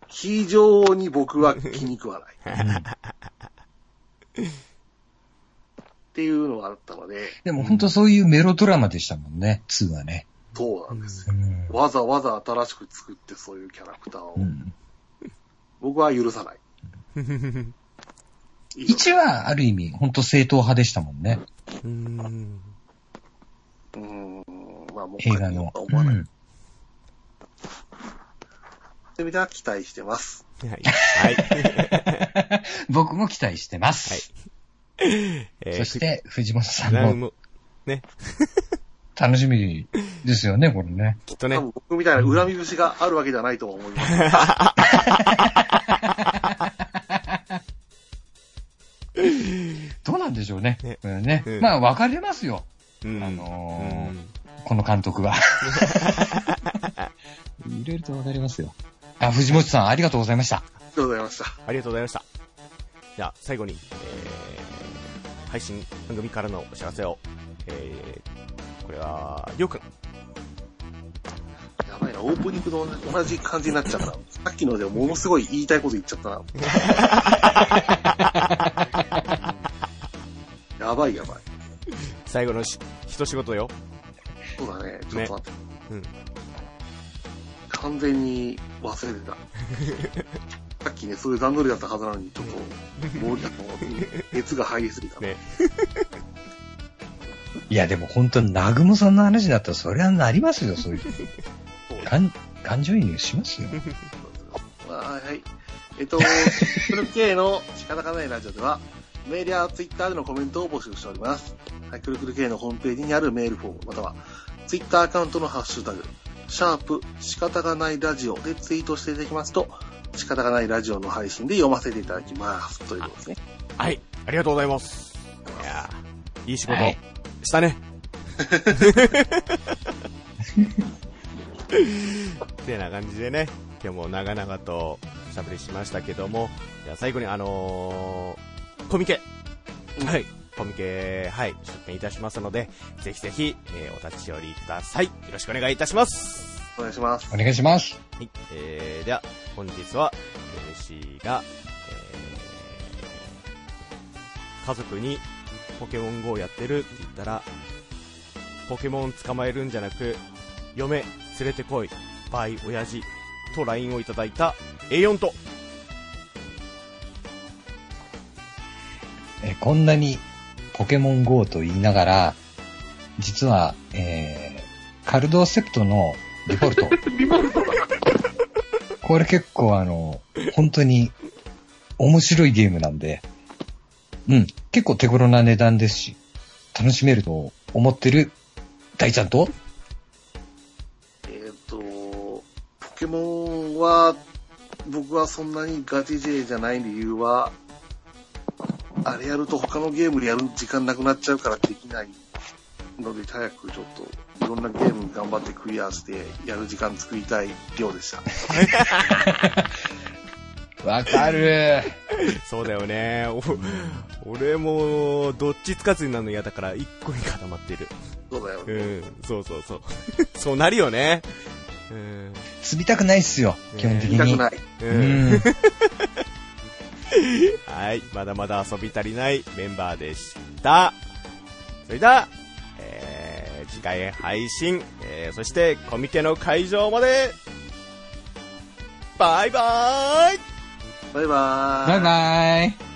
[SPEAKER 1] 非常に僕は気に食わない。っ
[SPEAKER 3] うん
[SPEAKER 1] ていうのがあったので、
[SPEAKER 3] でも本当そういうメロドラマでしたもんね、2はね。
[SPEAKER 1] そうなんです
[SPEAKER 3] う
[SPEAKER 1] よ。
[SPEAKER 3] ん。
[SPEAKER 1] わざわざ新しく作ってそういうキャラクターを
[SPEAKER 3] う。ん、
[SPEAKER 1] 僕は許さない。以上
[SPEAKER 3] 1はある意味、本当正統派でしたもんね、
[SPEAKER 2] うん。
[SPEAKER 1] うーん。まあ、もう一
[SPEAKER 3] 映
[SPEAKER 1] 回
[SPEAKER 3] 画
[SPEAKER 1] 見よ
[SPEAKER 3] の
[SPEAKER 1] う。とは思
[SPEAKER 3] う
[SPEAKER 1] わない。っ
[SPEAKER 3] ん。
[SPEAKER 1] てみたら期待してます。
[SPEAKER 2] はい。はい。
[SPEAKER 3] 僕も期待してます。
[SPEAKER 2] えー
[SPEAKER 3] そして、藤本さん
[SPEAKER 2] ラウ
[SPEAKER 3] も
[SPEAKER 2] ム、
[SPEAKER 3] 楽しみですよね、これね。
[SPEAKER 2] きっと
[SPEAKER 1] 多
[SPEAKER 2] ね。
[SPEAKER 1] 分僕みたいな恨み節があるわけじゃないとは思い ます。
[SPEAKER 3] どうなんでしょうね。
[SPEAKER 2] ね
[SPEAKER 3] これね
[SPEAKER 2] うん
[SPEAKER 3] まあ、分かれますよ、
[SPEAKER 2] うん
[SPEAKER 3] あのこの監督は。いろいろと分かりますよ。あ、藤本さん、ありがとうございました。
[SPEAKER 1] ありがとうございました。
[SPEAKER 2] ありがとうございました。じゃあ、最後に、えー、配信番組からのお知らせを、えー、これは、りょうくん。
[SPEAKER 1] やばいな、オープニングと同じ感じになっちゃったな。さっきのでものすごい言いたいこと言っちゃったな。やばいやばい。
[SPEAKER 2] 最後のし、一仕事よ。
[SPEAKER 1] そうだね、ちょっと待って。
[SPEAKER 2] ね
[SPEAKER 1] 完全に忘れてた。さっきね、そういう段取りだったはずなのに、ちょっと、もう、あの熱が入りすぎた。
[SPEAKER 2] ね
[SPEAKER 3] いや、でも本当に、南雲さんの話だったら、そりゃなりますよ、そう いう。感感情移入しますよ。
[SPEAKER 1] はいはい。えっ と、トル K の仕方がないラジオでは、メールやツイッターでのコメントを募集しております。はい、くるくる K のホームページにあるメールフォーム、または、ツイッターアカウントのハッシュタグ、シャープ、仕方がないラジオでツイートしていただきますと、仕方がないラジオの配信で読ませていただきます。ということですね。
[SPEAKER 2] はい、ありがとうございます。いやーいい仕事
[SPEAKER 3] はい
[SPEAKER 2] したね。ってな感じでね、今日も長々とおしゃべりしましたけども、じゃあ最後にあのー、コミケ。はい。コミケ、はい、出展いたしますので、ぜひぜひ、えーお立ち寄りください。よろしくお願いいたします。
[SPEAKER 1] お願いします。
[SPEAKER 3] お願いします。
[SPEAKER 2] はい、えー、では、本日は、MC が、えー、家族にポケモン GO やってるって言ったら、ポケモン捕まえるんじゃなく、嫁、連れてこい、バイ、親父、と LINE をいただいた A4 と、
[SPEAKER 3] えーこんなにポケモン GO と言いながら、実は、えーカルドセプトのデフォル ト。これ結構あの、本当に面白いゲームなんで、うん、結構手頃な値段ですし、楽しめると思ってる大ちゃんと、
[SPEAKER 1] えっ、と、ポケモンは、僕はそんなにガチ勢じゃない理由は、あれやると他のゲームでやる時間なくなっちゃうからできないので、早くちょっと、いろんなゲーム頑張ってクリアして、やる時間作りたい量でした。
[SPEAKER 3] わかる
[SPEAKER 2] そうだよね。お俺も、どっちつかずになるの嫌だから、一個に固まってる。
[SPEAKER 1] そうだよ。
[SPEAKER 2] うん、そうそうそう。 そうなるよね。うん。
[SPEAKER 3] 釣りたくないっすよ、基本的
[SPEAKER 1] 見たく
[SPEAKER 3] に。
[SPEAKER 1] ない。
[SPEAKER 2] うん。
[SPEAKER 3] うん
[SPEAKER 2] はい。まだまだ遊び足りないメンバーでした。それでは、えー、次回配信、えー、そしてコミケの会場まで、バイバーイ
[SPEAKER 1] バイバーイ。
[SPEAKER 3] バイバイ。